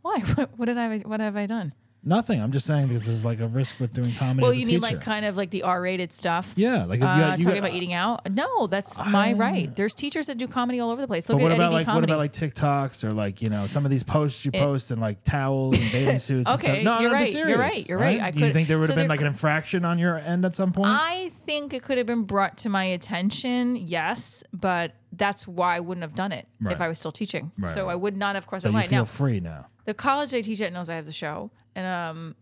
Speaker 6: Why? What, what did I? What have I done?
Speaker 4: Nothing. I'm just saying because there's like a risk with doing comedy.
Speaker 6: Well,
Speaker 4: as a
Speaker 6: you mean like
Speaker 4: teacher.
Speaker 6: kind of like the R-rated stuff?
Speaker 4: Yeah, like if you
Speaker 6: uh,
Speaker 4: got- you
Speaker 6: talking
Speaker 4: got- Ah.
Speaker 6: about eating out. No, that's my right. There's teachers that do comedy all over the place. Look
Speaker 4: But what
Speaker 6: at
Speaker 4: about
Speaker 6: Eddie
Speaker 4: like
Speaker 6: B. Comedy.
Speaker 4: what about like TikToks or like you know some of these posts you post and like towels and bathing suits? and stuff?
Speaker 6: Okay,
Speaker 4: no,
Speaker 6: you're
Speaker 4: no, I'm
Speaker 6: right,
Speaker 4: serious,
Speaker 6: you're right, you're right. I
Speaker 4: Do you
Speaker 6: could-
Speaker 4: think there would have
Speaker 6: so
Speaker 4: been
Speaker 6: there-
Speaker 4: like an infraction on your end at some point?
Speaker 6: I think it could have been brought to my attention, yes, but that's why I wouldn't have done it
Speaker 4: Right.
Speaker 6: if I was still teaching.
Speaker 4: Right,
Speaker 6: so
Speaker 4: right.
Speaker 6: I would not, of course,
Speaker 4: so
Speaker 6: I'm
Speaker 4: you
Speaker 6: right
Speaker 4: feel
Speaker 6: now.
Speaker 4: free now.
Speaker 6: the college I teach at knows I have the show and um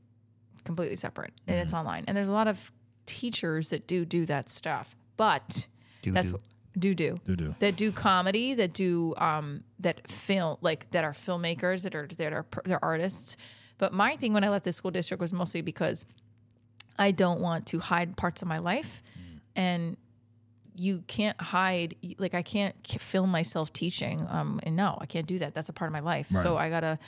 Speaker 6: completely separate and it's online. And there's a lot of teachers that do do that stuff. But that's do do
Speaker 4: Doo-doo.
Speaker 6: that do comedy that do um that film like that are filmmakers that are that are they're artists. But my thing when I left the school district was mostly because I don't want to hide parts of my life and you can't hide like i can't k- film myself teaching um and no i can't do that that's a part of my life so i gotta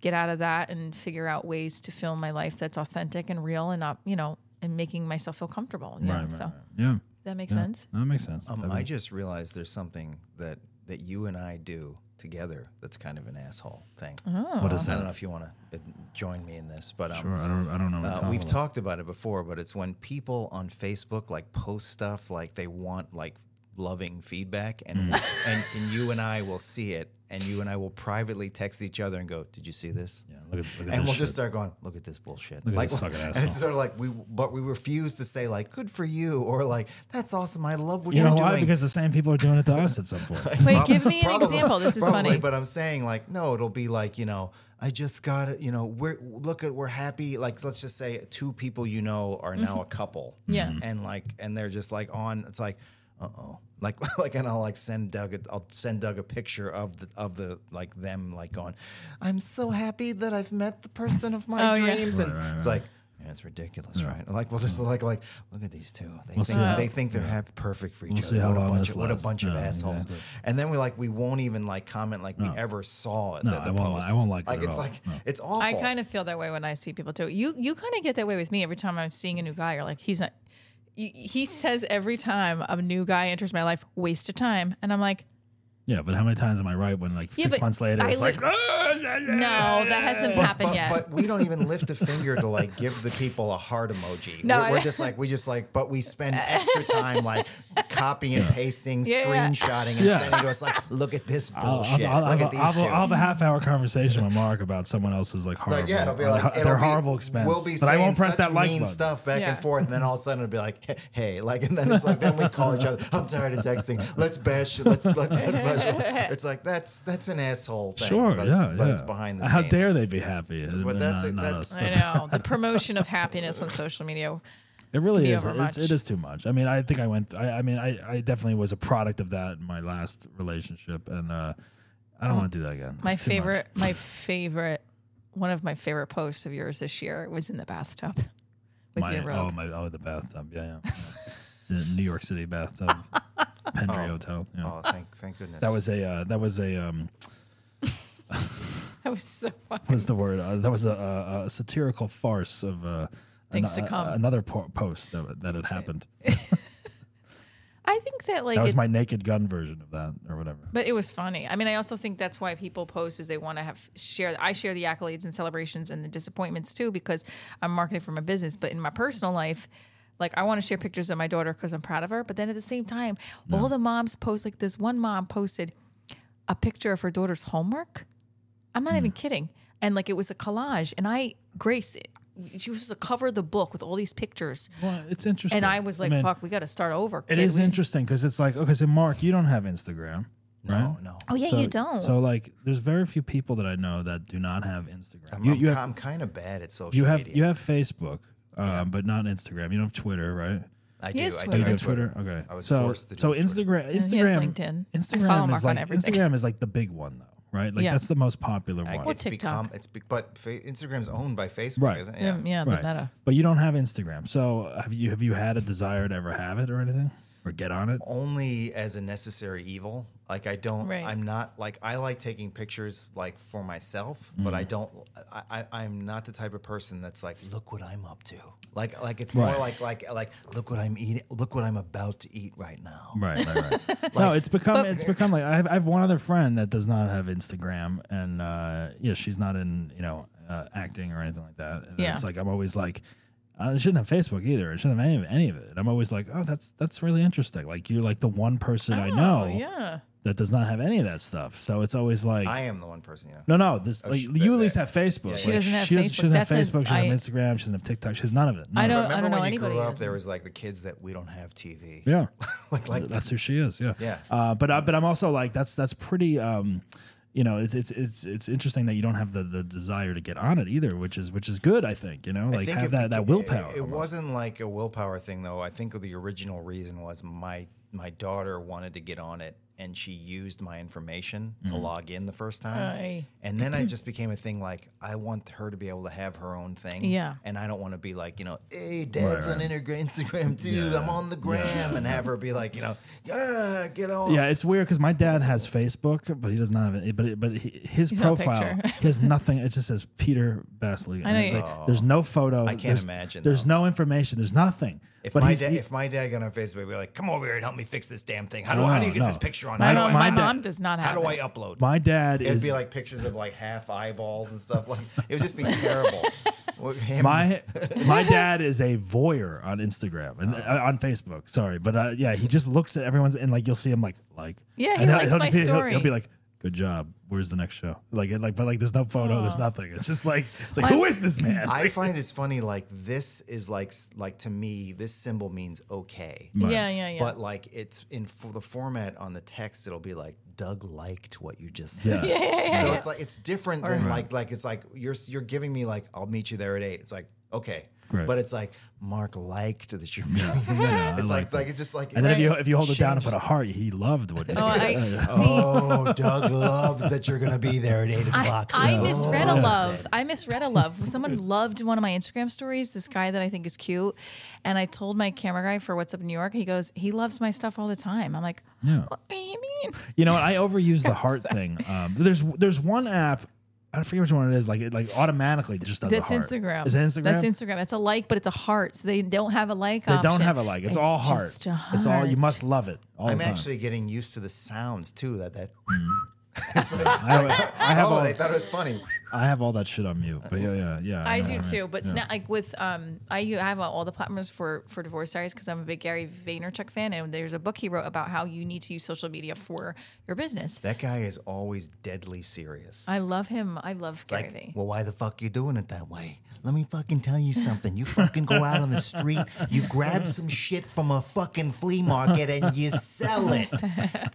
Speaker 6: get out of that and figure out ways to film my life that's authentic and real and not you know and making myself feel comfortable you know?
Speaker 4: Right, right,
Speaker 6: so
Speaker 4: right. Yeah,
Speaker 6: that makes
Speaker 4: yeah.
Speaker 6: sense
Speaker 4: No, that makes sense.
Speaker 5: Um,
Speaker 4: I
Speaker 5: I
Speaker 4: mean,
Speaker 5: just realized there's something that that you and I do together that's kind of an asshole thing.
Speaker 6: Mm.
Speaker 4: what is
Speaker 5: I don't know
Speaker 4: that?
Speaker 5: if you want to join me in this, but um,
Speaker 4: Sure, I don't. I don't know. what
Speaker 5: Uh,
Speaker 4: time
Speaker 5: we've
Speaker 4: it is.
Speaker 5: talked about it before, but it's when people on Facebook like post stuff like they want like loving feedback, and
Speaker 4: Mm.
Speaker 5: and, and you and I will see it, and you and I will privately text each other and go, "Did you see this?"
Speaker 4: Yeah, look at, look at
Speaker 5: And
Speaker 4: this
Speaker 5: we'll
Speaker 4: shit.
Speaker 5: just start going, look at this bullshit.
Speaker 4: Look at
Speaker 5: like,
Speaker 4: this fucking
Speaker 5: and
Speaker 4: asshole.
Speaker 5: it's sort of like we, but we refuse to say like, good for you, or like, that's awesome. I love what
Speaker 4: You
Speaker 5: are
Speaker 4: know
Speaker 5: doing.
Speaker 4: why? Because the same people are doing it to us at some point.
Speaker 6: wait
Speaker 5: Prob-
Speaker 6: give me an
Speaker 5: probably-
Speaker 6: example this is
Speaker 5: probably,
Speaker 6: funny
Speaker 5: But I'm saying like, no, it'll be like, you know, I just got it. You know, we're look at we're happy. Like, let's just say two people you know are now a couple.
Speaker 6: Mm-hmm. Yeah.
Speaker 4: Mm-hmm.
Speaker 6: Mhm.
Speaker 5: and like, and they're just like on. It's like, uh oh, like like, and I'll like send Doug. A, I'll send Doug a picture of the of the like them like going. I'm so happy that I've met the person of my
Speaker 6: Oh, yeah.
Speaker 5: dreams, and it's like. Yeah, it's ridiculous, right? Like, we'll just like, like, look at these two. They
Speaker 4: Mm-hmm. We'll see
Speaker 5: think
Speaker 4: how-
Speaker 5: they think they're happy, perfect for each
Speaker 4: We'll see
Speaker 5: other.
Speaker 4: how
Speaker 5: What a
Speaker 4: long
Speaker 5: bunch
Speaker 4: this
Speaker 5: of what a
Speaker 4: lasts.
Speaker 5: bunch of
Speaker 4: Yeah,
Speaker 5: assholes.
Speaker 4: exactly.
Speaker 5: And then we like we won't even like comment like we ever saw it.
Speaker 4: No,
Speaker 5: the, the
Speaker 4: I won't-
Speaker 5: post.
Speaker 4: I won't like it at
Speaker 5: it's
Speaker 4: all.
Speaker 5: like
Speaker 4: No.
Speaker 5: it's awful.
Speaker 6: I kind of feel that way when I see people too. You you kind of get that way with me every time I'm seeing a new guy. You're like, he's not. you- He says every time a new guy enters my life, waste of time, and I'm like,
Speaker 4: Yeah, but how many times am I right when like
Speaker 6: Yeah,
Speaker 4: six
Speaker 6: but
Speaker 4: months later
Speaker 6: I
Speaker 4: it's
Speaker 6: li-
Speaker 4: like, "Ah, la, la."
Speaker 6: No, that hasn't happened
Speaker 5: But,
Speaker 6: yet.
Speaker 5: but we don't even lift a finger to like give the people a heart emoji.
Speaker 6: No,
Speaker 5: we're, we're
Speaker 6: I-
Speaker 5: just like we just like, but we spend extra time like copying and pasting,
Speaker 6: Yeah, yeah.
Speaker 5: screenshotting, and
Speaker 4: Yeah.
Speaker 5: sending to us like, look at this
Speaker 4: I'll, I'll-
Speaker 5: bullshit.
Speaker 4: I'll-
Speaker 5: look
Speaker 4: I'll-
Speaker 5: at these
Speaker 4: I'll-
Speaker 5: two.
Speaker 4: I'll have a half hour conversation with Mark about someone else's like horrible,
Speaker 5: like yeah, it'll be
Speaker 4: or
Speaker 5: like
Speaker 4: their-
Speaker 5: it'll
Speaker 4: their
Speaker 5: be-
Speaker 4: horrible expense.
Speaker 5: We'll be
Speaker 4: but I
Speaker 5: saying
Speaker 4: won't press
Speaker 5: such
Speaker 4: that like
Speaker 5: mean
Speaker 4: button.
Speaker 5: stuff back
Speaker 6: Yeah.
Speaker 5: and forth, and then all of a sudden it'll be like, hey, like, and then it's like then we call each other. I'm tired of texting. Let's bash. Let's let's. let's bash. It's like that's that's an asshole thing.
Speaker 4: Sure,
Speaker 5: but
Speaker 4: yeah,
Speaker 5: it's, But
Speaker 4: yeah.
Speaker 5: it's behind the
Speaker 4: How
Speaker 5: scenes.
Speaker 4: dare they be happy? But
Speaker 5: that's-
Speaker 4: that's, not,
Speaker 5: that's-
Speaker 4: us.
Speaker 6: I know the promotion of happiness on social media.
Speaker 4: It really
Speaker 6: be
Speaker 4: is.
Speaker 6: over
Speaker 4: It's,
Speaker 6: much.
Speaker 4: it is too much. I mean, I think I went. I, I mean, I, I definitely was a product of that in my last relationship, and uh, I don't want to do that again.
Speaker 6: Mm. My
Speaker 4: It's too much.
Speaker 6: favorite, my favorite, one of my favorite posts of yours this year was in the bathtub with
Speaker 4: My,
Speaker 6: your
Speaker 4: oh
Speaker 6: robe.
Speaker 4: my! Oh, the bathtub. Yeah, yeah. the New York City bathtub, Pendry Hotel. Yeah.
Speaker 5: Oh, thank thank goodness.
Speaker 4: That was a. Uh, that was a. Um,
Speaker 6: That was so funny.
Speaker 4: what's the word? Uh, that was a, a, a satirical farce of. Uh,
Speaker 6: Things to
Speaker 4: a-
Speaker 6: come.
Speaker 4: another po- post that that had happened.
Speaker 6: I think that like
Speaker 4: That was
Speaker 6: it-
Speaker 4: my Naked Gun version of that, or whatever.
Speaker 6: But it was funny. I mean, I also think that's why people post is they want to have share. I share the accolades and celebrations and the disappointments too because I'm marketing for my business. But in my personal life, like I want to share pictures of my daughter because I'm proud of her. But then at the same time, all the moms post like this. One mom posted a picture of her daughter's homework. I'm
Speaker 4: Hmm.
Speaker 6: not even kidding. And like it was a collage, and I Grace, she was to cover the book with all these pictures,
Speaker 4: Well, it's interesting.
Speaker 6: and I was like,
Speaker 4: mean,
Speaker 6: "Fuck, we got to start over."
Speaker 4: It
Speaker 6: kid.
Speaker 4: is interesting because it's like okay, so Mark, you don't have Instagram.
Speaker 5: no, no.
Speaker 6: Oh yeah,
Speaker 4: So-
Speaker 6: you don't.
Speaker 4: So like, there's very few people that I know that do not have Instagram.
Speaker 5: I'm,
Speaker 4: you
Speaker 5: I'm,
Speaker 4: you
Speaker 5: ki-
Speaker 4: have
Speaker 5: I'm kind of bad at social
Speaker 4: you have
Speaker 5: media.
Speaker 4: you have Facebook, um, but not Instagram. You don't have Twitter, right?
Speaker 5: I do.
Speaker 6: Yes,
Speaker 5: I
Speaker 6: Twitter.
Speaker 5: do.
Speaker 4: Oh, you
Speaker 5: have
Speaker 4: do have Twitter. Okay.
Speaker 5: I was
Speaker 4: so
Speaker 5: forced to do
Speaker 4: so
Speaker 5: Twitter.
Speaker 4: Instagram
Speaker 6: And he has
Speaker 4: Instagram
Speaker 6: LinkedIn. I follow
Speaker 4: Instagram
Speaker 6: Mark
Speaker 4: is
Speaker 6: on
Speaker 4: like
Speaker 6: everything.
Speaker 4: Instagram is like the big one though, right? Like
Speaker 6: Yeah.
Speaker 4: that's the most popular
Speaker 5: I-
Speaker 4: one.
Speaker 6: Well,
Speaker 5: it's
Speaker 6: TikTok.
Speaker 5: become it's be, but fa- Instagram's owned by Facebook,
Speaker 4: Right.
Speaker 5: isn't it?
Speaker 6: yeah, yeah, the
Speaker 4: Right.
Speaker 6: meta.
Speaker 4: But you don't have Instagram. So have you have you had a desire to ever have it or anything or get on it?
Speaker 5: only as a necessary evil. Like I don't,
Speaker 6: Right.
Speaker 5: I'm not like I like taking pictures like for myself, but
Speaker 4: Mm.
Speaker 5: I don't. I, I I'm not the type of person that's like, look what I'm up to. Like like it's more
Speaker 4: Right.
Speaker 5: like like like look what I'm eating. Look what I'm about to eat right now.
Speaker 4: Right, right, right. no, it's become it's become like I have, I have one other friend that does not have Instagram, and uh, yeah, she's not in you know uh, acting or anything like that. And
Speaker 6: Yeah.
Speaker 4: it's like I'm always like. I shouldn't have Facebook either. I shouldn't have any of, any of it. And I'm always like, oh, that's that's really interesting. Like you're like the one person I know
Speaker 6: Oh, yeah.
Speaker 4: that does not have any of that stuff. So it's always like,
Speaker 5: I am the one person, you know.
Speaker 4: no, no, this like,
Speaker 5: sh-
Speaker 4: you
Speaker 5: that-
Speaker 4: at least
Speaker 5: that-
Speaker 4: have Facebook.
Speaker 5: yeah,
Speaker 4: Like,
Speaker 5: She
Speaker 6: doesn't have
Speaker 4: she doesn't, She
Speaker 6: Facebook.
Speaker 4: doesn't have
Speaker 6: That's a-
Speaker 4: Facebook. She doesn't
Speaker 6: I-
Speaker 4: have Instagram. She doesn't have TikTok. She has none of it. None
Speaker 6: I
Speaker 4: of
Speaker 6: don't.
Speaker 4: it.
Speaker 6: I
Speaker 5: Remember
Speaker 6: don't know
Speaker 5: when you
Speaker 6: anybody.
Speaker 5: grew up?
Speaker 6: that-
Speaker 5: There was like the kids that we don't have TV.
Speaker 4: Yeah.
Speaker 5: like like
Speaker 4: that's who she is. Yeah.
Speaker 5: Yeah.
Speaker 4: Uh, but I, but I'm also like that's that's pretty. Um, you know, it's it's it's it's interesting that you don't have the, the desire to get on it either, which is which is good. I think you know,
Speaker 5: I
Speaker 4: like
Speaker 5: think
Speaker 4: have
Speaker 5: it
Speaker 4: that, that
Speaker 5: beca-
Speaker 4: willpower.
Speaker 5: It, it
Speaker 4: almost.
Speaker 5: wasn't like a willpower thing though. I think the original reason was my my daughter wanted to get on it and she used my information to
Speaker 4: Mm-hmm.
Speaker 5: log in the first time.
Speaker 6: Aye.
Speaker 5: And then I just became a thing like I want her to be able to have her own thing.
Speaker 6: Yeah.
Speaker 5: And I don't want to be like, you know, hey, dad's on Instagram Instagram too.
Speaker 4: Yeah.
Speaker 5: I'm on the gram and have her be like, you know, yeah, get on.
Speaker 4: Yeah, it's weird because my dad has Facebook, but he doesn't have it. But it, but he, his
Speaker 6: no
Speaker 4: profile
Speaker 6: picture.
Speaker 4: he has nothing. It just says Peter Basley.
Speaker 6: I know
Speaker 4: And,
Speaker 6: you-
Speaker 4: like, There's no photo. I
Speaker 5: Oh. can't
Speaker 4: there's,
Speaker 5: imagine,
Speaker 4: There's no information. There's nothing.
Speaker 5: If
Speaker 4: but
Speaker 5: my,
Speaker 4: he's-
Speaker 5: dad,
Speaker 4: he-
Speaker 5: if my dad got on Facebook, he'd be like, "Come over here and help me fix this damn thing. How do,
Speaker 4: No,
Speaker 5: how do you get
Speaker 4: no.
Speaker 5: this picture on?
Speaker 4: My
Speaker 5: How
Speaker 6: I
Speaker 5: do
Speaker 6: don't.
Speaker 5: I,
Speaker 6: My
Speaker 4: dad-
Speaker 6: mom does not have.
Speaker 5: how do
Speaker 6: it.
Speaker 5: I upload?
Speaker 4: my dad
Speaker 5: It'd
Speaker 4: is
Speaker 5: be like pictures of like half eyeballs and stuff. Like it would just be terrible. Well, him-
Speaker 4: My my dad is a voyeur on Instagram and uh, on Facebook. Sorry, but uh, yeah, he just looks at everyone's and like you'll see him like like
Speaker 6: Yeah, he
Speaker 4: and he'll-
Speaker 6: likes
Speaker 4: he'll
Speaker 6: my
Speaker 4: just be, he'll- He'll,
Speaker 6: story.
Speaker 4: be like, "Good job. Where's the next show?" Like and like but like there's no photo, there's nothing. It's just like it's like
Speaker 6: My-
Speaker 4: who is this man?
Speaker 5: I find it's funny. Like this is like s- like to me, this symbol means okay.
Speaker 6: Yeah, yeah, yeah.
Speaker 5: But like it's in for the format on the text, it'll be like Doug liked what you just
Speaker 4: Yeah.
Speaker 5: said. so it's like it's different than like like it's like you're s- you're giving me like I'll meet you there at eight. It's like okay,
Speaker 4: Right.
Speaker 5: but it's like Mark liked that you're meeting.
Speaker 4: Yeah, I
Speaker 5: it's
Speaker 4: like
Speaker 5: like
Speaker 4: that.
Speaker 5: like it's just like
Speaker 4: and then if you
Speaker 5: it's-
Speaker 4: if you hold it down and put
Speaker 5: changes
Speaker 4: a heart, he loved what you
Speaker 6: Oh,
Speaker 4: said.
Speaker 6: I, see.
Speaker 5: Oh, Doug loves that you're gonna be there at eight
Speaker 6: I,
Speaker 5: o'clock.
Speaker 6: I
Speaker 5: Oh,
Speaker 6: misread a
Speaker 5: that's
Speaker 6: love.
Speaker 5: it.
Speaker 6: I misread a love. Someone loved one of my Instagram stories. This guy that I think is cute, and I told my camera guy for What's Up in New York. He goes, he loves my stuff all the time. I'm like,
Speaker 4: Yeah.
Speaker 6: what do you mean?
Speaker 4: You know what? I overuse the heart thing. Um, there's there's one app I forget which one it is. Like it like automatically just does
Speaker 6: That's
Speaker 4: a heart.
Speaker 6: Instagram.
Speaker 4: Is it Instagram?
Speaker 6: That's Instagram. It's a like, but it's a heart. So they don't have a like.
Speaker 4: They don't have a like. It's, all heart.
Speaker 6: Just a heart.
Speaker 4: It's all you must love it all
Speaker 5: I'm
Speaker 4: the time.
Speaker 5: actually getting used to the sounds too. That that.
Speaker 4: I, have- I have
Speaker 5: oh,
Speaker 4: all
Speaker 5: they thought it was funny.
Speaker 4: I have all that shit on mute. But yeah, yeah, yeah.
Speaker 6: I
Speaker 4: know
Speaker 6: do
Speaker 4: what mean.
Speaker 6: too, but it's not like with um, I u- I have all the platforms for for divorce diaries because I'm a big Gary Vaynerchuk fan, and there's a book he wrote about how you need to use social media for your business.
Speaker 5: That guy is always deadly serious.
Speaker 6: I love him. I love Gary
Speaker 5: Like,
Speaker 6: Vee.
Speaker 5: well, why the fuck you doing it that way? Let me fucking tell you something. You fucking go out on the street, you grab some shit from a fucking flea market, and you sell it.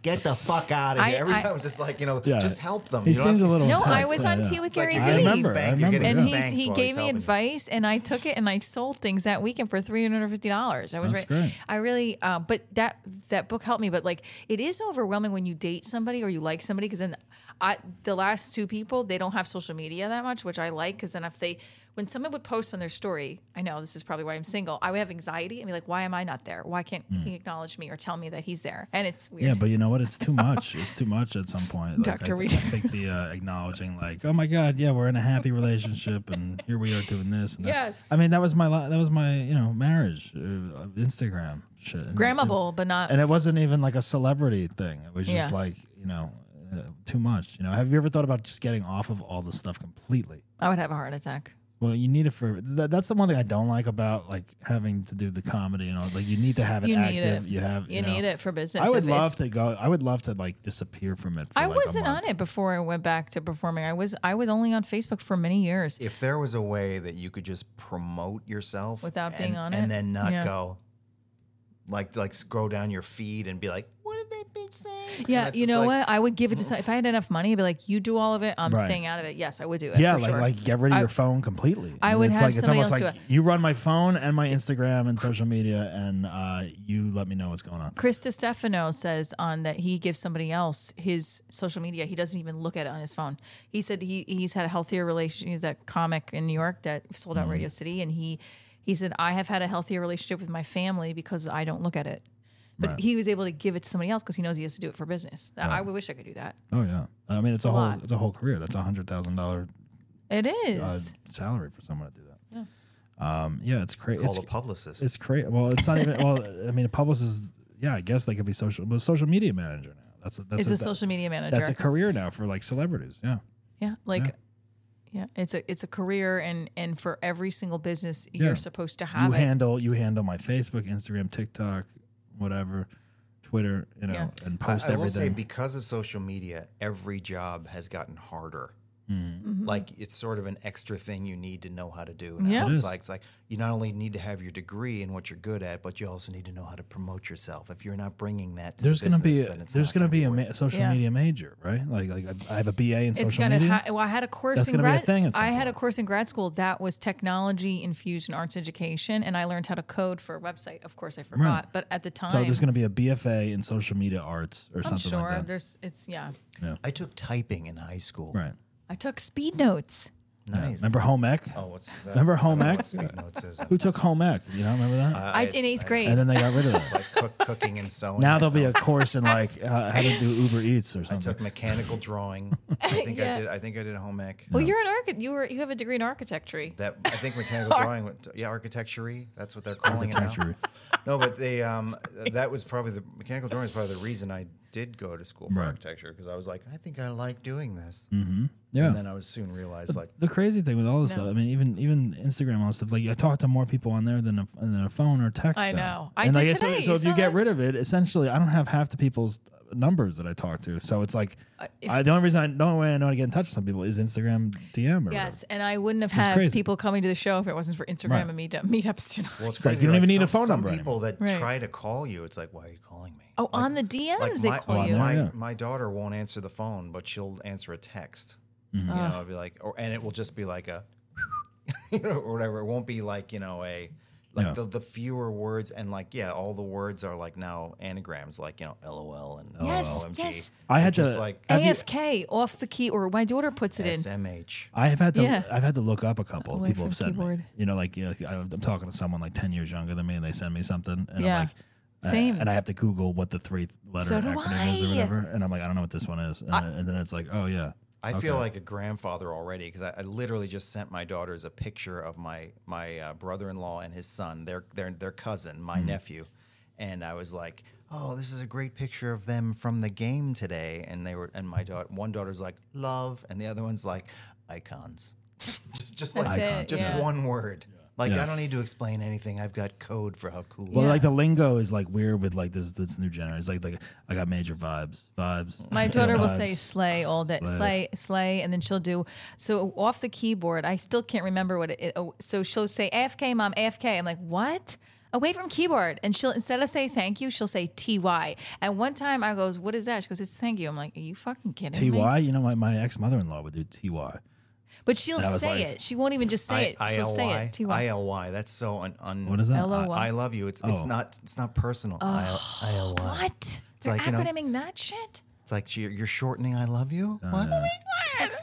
Speaker 5: Get the fuck out of
Speaker 6: I-
Speaker 5: here. Every
Speaker 6: I-
Speaker 5: time, it's just like you know,
Speaker 4: Yeah.
Speaker 5: just help them.
Speaker 4: He
Speaker 5: you don't
Speaker 4: seems
Speaker 5: have
Speaker 4: a
Speaker 5: to-
Speaker 4: little.
Speaker 6: No, I
Speaker 4: intense,
Speaker 6: was
Speaker 4: yeah,
Speaker 6: on
Speaker 4: yeah.
Speaker 6: tea with
Speaker 5: It's like
Speaker 6: Gary
Speaker 5: you're
Speaker 4: I
Speaker 5: getting
Speaker 6: Vee.
Speaker 4: remember, I
Speaker 5: spanked. You're
Speaker 4: remember.
Speaker 5: getting
Speaker 6: and he's,
Speaker 5: spanked
Speaker 6: he
Speaker 5: while
Speaker 6: gave me
Speaker 5: helping you.
Speaker 6: advice and i took it and i sold things that weekend for $350 i was
Speaker 4: That's
Speaker 6: right
Speaker 4: great.
Speaker 6: i really uh, but that that book helped me but like it is overwhelming when you date somebody or you like somebody because then i the last two people they don't have social media that much which i like because then if they when someone would post on their story i know this is probably why i'm single i would have anxiety and be like why am i not there why can't he acknowledge me or tell me that he's there and it's weird
Speaker 4: Mm. Yeah, but you know what? It's too much. It's too much at some point. Like,
Speaker 6: Dr.
Speaker 4: I, think, I think the uh, acknowledging, like, oh my god, yeah, we're in a happy relationship, and here we are doing this. And that."
Speaker 6: Yes.
Speaker 4: I mean that was my li- that was my you know marriage, uh, Instagram shit, And-
Speaker 6: grammable but not
Speaker 4: and it wasn't even like a celebrity thing. It was just
Speaker 6: Uh, Yeah.
Speaker 4: like you know. Uh, too much, you know. Have you ever thought about just getting off of all this stuff completely?
Speaker 6: i would have a heart attack
Speaker 4: Well, you need it for that, that's the one thing I don't like about like having to do the comedy and all. Like you need to have it
Speaker 6: you need
Speaker 4: active.
Speaker 6: it
Speaker 4: You have
Speaker 6: you,
Speaker 4: know.
Speaker 6: need it for business
Speaker 4: I would
Speaker 6: If it's
Speaker 4: love to go. I would love to like disappear from it. For,
Speaker 6: I
Speaker 4: like, a
Speaker 6: wasn't
Speaker 4: month.
Speaker 6: on it before I went back to performing. I was I was only on Facebook for many years.
Speaker 5: If there was a way that you could just promote yourself
Speaker 6: Without
Speaker 5: and,
Speaker 6: being on it?
Speaker 5: and then not
Speaker 6: Yeah.
Speaker 5: go, like like scroll down your feed and be like, what did that bitch say? And
Speaker 6: yeah,
Speaker 5: it's
Speaker 6: you
Speaker 5: just
Speaker 6: know
Speaker 5: like,
Speaker 6: what? I would give it to some, if I had enough money. I'd be like, you do all of it. I'm
Speaker 4: Right.
Speaker 6: staying out of it. Yes, I would do it.
Speaker 4: Yeah,
Speaker 6: for
Speaker 4: like
Speaker 6: sure.
Speaker 4: like get rid of
Speaker 6: I-
Speaker 4: your phone completely.
Speaker 6: I
Speaker 4: mean,
Speaker 6: would
Speaker 4: it's
Speaker 6: have
Speaker 4: like it's
Speaker 6: somebody
Speaker 4: almost
Speaker 6: else do
Speaker 4: like
Speaker 6: it.
Speaker 4: you run my phone and my Instagram and social media, and uh, you let me know what's going on.
Speaker 6: Chris Stefano says on that he gives somebody else his social media. He doesn't even look at it on his phone. He said he he's had a healthier relationship. He's that comic in New York that sold out
Speaker 4: Mm.
Speaker 6: Radio City, and he he said I have had a healthier relationship with my family because I don't look at it. But
Speaker 4: Right.
Speaker 6: he was able to give it to somebody else because he knows he has to do it for business. I I wish I could do that.
Speaker 4: Oh yeah, I mean it's a,
Speaker 6: a
Speaker 4: whole
Speaker 6: lot.
Speaker 4: it's a whole career. That's a hundred thousand dollar
Speaker 6: It
Speaker 4: Uh,
Speaker 6: is.
Speaker 4: salary for someone to do that. Yeah, um, yeah, it's crazy.
Speaker 5: Call a publicist.
Speaker 4: It's crazy. Well, it's not even. Well, I mean, a publicist. Yeah, I guess they could be social. But social media manager now. That's a, that's
Speaker 6: It's a social media
Speaker 4: That's
Speaker 6: manager.
Speaker 4: a career now for like celebrities. Yeah.
Speaker 6: yeah, like
Speaker 4: yeah.
Speaker 6: yeah. it's a it's a career and and for every single business
Speaker 4: Yeah.
Speaker 6: you're supposed to
Speaker 4: you
Speaker 6: have it.
Speaker 4: handle you handle my Facebook, Instagram, TikTok, whatever, Twitter, you know,
Speaker 6: Yeah.
Speaker 4: and
Speaker 5: I,
Speaker 4: post
Speaker 5: I will say
Speaker 4: everything.
Speaker 5: because of social media, every job has gotten harder.
Speaker 4: Mm.
Speaker 5: Like it's sort of an extra thing you need to know how to do. now.
Speaker 6: Mm-hmm. Yeah.
Speaker 4: is.
Speaker 6: It
Speaker 5: it's like it's like you not only need to have your degree and what you're good at, but you also need to know how to promote yourself. If you're not bringing that, to
Speaker 4: there's
Speaker 5: the
Speaker 4: gonna be
Speaker 5: business, then it's
Speaker 4: there's
Speaker 5: not
Speaker 4: gonna be a,
Speaker 5: worth
Speaker 4: ma-
Speaker 5: it.
Speaker 4: social
Speaker 6: Yeah.
Speaker 4: media major, right? Like like I- I have a BA in
Speaker 6: It's
Speaker 4: social
Speaker 6: gonna.
Speaker 4: media.
Speaker 6: Ha- well, I had a course
Speaker 4: That's
Speaker 6: in
Speaker 4: gonna be a
Speaker 6: grad.
Speaker 4: thing at some
Speaker 6: I had a
Speaker 4: point.
Speaker 6: course in grad school that was technology infused in arts education, and I learned how to code for a website. Of course, I forgot,
Speaker 4: Right.
Speaker 6: but at the time,
Speaker 4: so there's gonna be a BFA in social media arts or
Speaker 6: I'm
Speaker 4: something
Speaker 6: sure
Speaker 4: like that.
Speaker 6: there's. It's yeah.
Speaker 5: I took typing in high school.
Speaker 4: Right.
Speaker 6: I took speed notes.
Speaker 5: Nice.
Speaker 4: Remember home ec?
Speaker 5: Oh, what's that?
Speaker 4: Remember home
Speaker 5: I don't know
Speaker 4: ec?
Speaker 5: what speed notes is.
Speaker 4: Who took home ec? You know, remember that?
Speaker 6: I, in eighth grade.
Speaker 4: and then they got rid of
Speaker 5: Uh, It's
Speaker 4: it.
Speaker 5: like cook, cooking and sewing.
Speaker 4: Now there'll be a course in like uh, how to do Uber Eats or
Speaker 5: I
Speaker 4: something.
Speaker 5: took mechanical drawing. I think I
Speaker 6: Yeah.
Speaker 5: did. I think I did home ec.
Speaker 6: well, you're an architect. You were. You have a degree in architecture.
Speaker 5: That I think mechanical drawing. went- Yeah, architecture. That's what they're calling it now.
Speaker 4: Architecture.
Speaker 5: No, but they um, that was probably the mechanical drawing is probably the reason I did go to school for
Speaker 4: Right. Mm.
Speaker 5: architecture because I was like, I think I like doing this,
Speaker 4: Yeah.
Speaker 5: and then I was soon realized like
Speaker 4: the crazy thing with all this stuff. I mean, even even Instagram all this stuff. Like I talk to more people on there than a, than a phone or text.
Speaker 6: I
Speaker 4: now.
Speaker 6: know. I
Speaker 4: and
Speaker 6: did
Speaker 4: like, so-
Speaker 6: today.
Speaker 4: So,
Speaker 6: You
Speaker 4: if you
Speaker 6: saw
Speaker 4: get
Speaker 6: that?
Speaker 4: rid of it, essentially, I don't have half the people's numbers that I talk to. So it's like
Speaker 6: Uh, if-
Speaker 4: I, the only reason I the only way I know how to get in touch with some people is Instagram DM. Or
Speaker 6: Yes, and I wouldn't have had
Speaker 4: crazy.
Speaker 6: people coming to the show if it wasn't for Instagram
Speaker 4: Right.
Speaker 6: and meetup, meetups tonight.
Speaker 5: well, it's
Speaker 4: like
Speaker 5: crazy.
Speaker 4: you don't even need
Speaker 5: some,
Speaker 4: a phone
Speaker 5: some
Speaker 4: number
Speaker 5: people that
Speaker 6: Right.
Speaker 5: try to call you, it's like, why are you calling me?
Speaker 6: Oh, on the DMs
Speaker 5: Like
Speaker 6: they
Speaker 5: my,
Speaker 6: call you.
Speaker 5: my,
Speaker 4: yeah.
Speaker 5: my daughter won't answer the phone, but she'll answer a text.
Speaker 4: Mm-hmm.
Speaker 5: You know, it'll be like, or and it will just be like a, you know, or whatever. It won't be like you know a, like
Speaker 4: Yeah.
Speaker 5: the, the fewer words and like yeah, all the words are like now anagrams, like you know, LOL and
Speaker 6: Yes,
Speaker 5: OMG.
Speaker 6: yes.
Speaker 4: I had
Speaker 5: They're just
Speaker 4: to-
Speaker 5: like
Speaker 4: Have you-
Speaker 6: AFK off the key, or my daughter puts it in.
Speaker 5: SMH.
Speaker 4: I have had to.
Speaker 6: Yeah.
Speaker 4: I've had to look up a couple.
Speaker 6: Away
Speaker 4: people
Speaker 6: from
Speaker 4: have sent
Speaker 6: keyboard.
Speaker 4: me. You know, like you know, like, I'm I'm talking to someone like ten years younger than me, and they send me something, and
Speaker 6: Yeah.
Speaker 4: I'm like. uh,
Speaker 6: Same.
Speaker 4: and I have to Google what the three letter
Speaker 6: So do
Speaker 4: acronym is or
Speaker 6: I.
Speaker 4: whatever, and I'm like, I don't know what this one is, and, then- and then it's like, oh yeah,
Speaker 5: I feel like a grandfather already because I, I literally just sent my daughters a picture of my my uh, brother-in-law and his son, their their their cousin,
Speaker 4: Mm-hmm.
Speaker 5: my nephew, and I was like, "Oh, this is a great picture of them from the game today." And they were, and my daughter, one daughter's like, "Love," and the other one's like, "Icons." just just like
Speaker 6: it,
Speaker 5: just
Speaker 6: yeah.
Speaker 5: one word. Like I don't need to explain anything. I've got code for how cool.
Speaker 4: Well,
Speaker 6: Yeah.
Speaker 4: like the lingo is like weird with like this this new generation. It's like like I got major vibes, vibes.
Speaker 6: My
Speaker 4: feel
Speaker 6: daughter will
Speaker 4: vibes.
Speaker 6: say slay all day, slay, slay, and then she'll do. So off the keyboard, I still can't remember what it. it oh, so she'll say AFK, mom, AFK. I'm like, what? Away from keyboard, and she'll instead of say thank you, she'll say ty. And one time I goes, what is that? She goes, it's thank you. I'm like, are you fucking kidding me?
Speaker 4: ty. You know, my, my ex mother in law would do ty.
Speaker 6: But she'll
Speaker 4: I was
Speaker 6: say
Speaker 4: like-
Speaker 6: it. She won't even just say it. She'll say it. Ty.
Speaker 5: I L Y. That's so un. un
Speaker 4: What is that?
Speaker 6: LOL.
Speaker 5: I love you. It's it's
Speaker 4: Oh.
Speaker 5: not it's not personal. I L Y.
Speaker 6: what? They're
Speaker 5: like, you know-
Speaker 6: acronyming that shit.
Speaker 5: It's like you're, you're shortening I love you. What?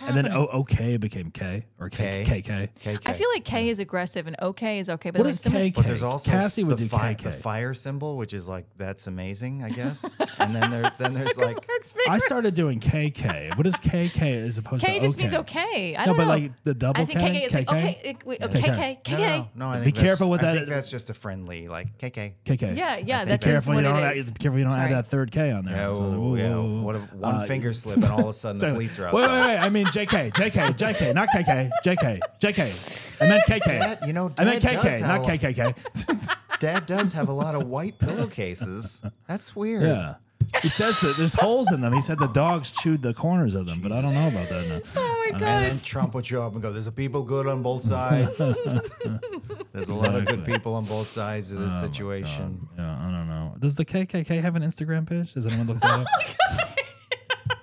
Speaker 4: and then o- okay became K or K
Speaker 5: K.
Speaker 4: K K.
Speaker 5: KK.
Speaker 6: I feel like K is aggressive and OK is okay. But
Speaker 4: What
Speaker 6: then
Speaker 4: is
Speaker 6: somebody-
Speaker 4: K?
Speaker 5: but there's also
Speaker 4: Cassie would
Speaker 5: the,
Speaker 4: do
Speaker 5: fi- the
Speaker 4: KK.
Speaker 5: fire symbol, which is like that's amazing, I guess. and then there then there's like
Speaker 4: I started doing KK. What is KK as opposed
Speaker 6: K
Speaker 4: to
Speaker 6: just
Speaker 4: okay?
Speaker 6: means okay. I
Speaker 4: No,
Speaker 6: don't
Speaker 4: but
Speaker 6: know.
Speaker 4: like the double
Speaker 6: I think
Speaker 4: K?
Speaker 6: KK is like,
Speaker 4: KK?
Speaker 6: okay, it- wait, okay, KK,
Speaker 5: no, no, no,
Speaker 6: KK.
Speaker 5: no, I
Speaker 4: Be
Speaker 5: think that's-
Speaker 4: careful with
Speaker 5: I
Speaker 4: that.
Speaker 5: think that's just a friendly like KK.
Speaker 4: KK.
Speaker 6: Yeah, yeah,
Speaker 4: Be
Speaker 6: that's just
Speaker 4: careful you
Speaker 6: what
Speaker 4: don't
Speaker 6: it
Speaker 4: add,
Speaker 6: is.
Speaker 4: be careful you don't
Speaker 6: Sorry.
Speaker 4: add that third K on there. It's another-
Speaker 5: Oh,
Speaker 4: whoa,
Speaker 5: yeah.
Speaker 4: whoa, whoa.
Speaker 5: What if one
Speaker 4: Uh,
Speaker 5: finger slip and all of a sudden the
Speaker 4: Sorry.
Speaker 5: police are
Speaker 4: Wait,
Speaker 5: outside?
Speaker 4: wait, wait. I mean JK, JK, JK, not KK, JK, JK. I meant KK.
Speaker 5: Dad- you know,
Speaker 4: I meant
Speaker 5: Dad does
Speaker 4: KK,
Speaker 5: have
Speaker 4: not
Speaker 5: a lot-
Speaker 4: KKK.
Speaker 5: Dad does have a lot of white pillowcases. That's weird.
Speaker 4: yeah. He says that there's holes in them. He said the dogs chewed the corners of them, but I don't know about that. Now.
Speaker 6: Oh my
Speaker 5: And
Speaker 6: god.
Speaker 5: then Trump would show up and go, "There's a people good on both sides. There's a lot of good people on both sides of this situation."
Speaker 4: Yeah, I don't know. Does the KKK have an Instagram page? Does anyone look
Speaker 6: Oh
Speaker 4: that up?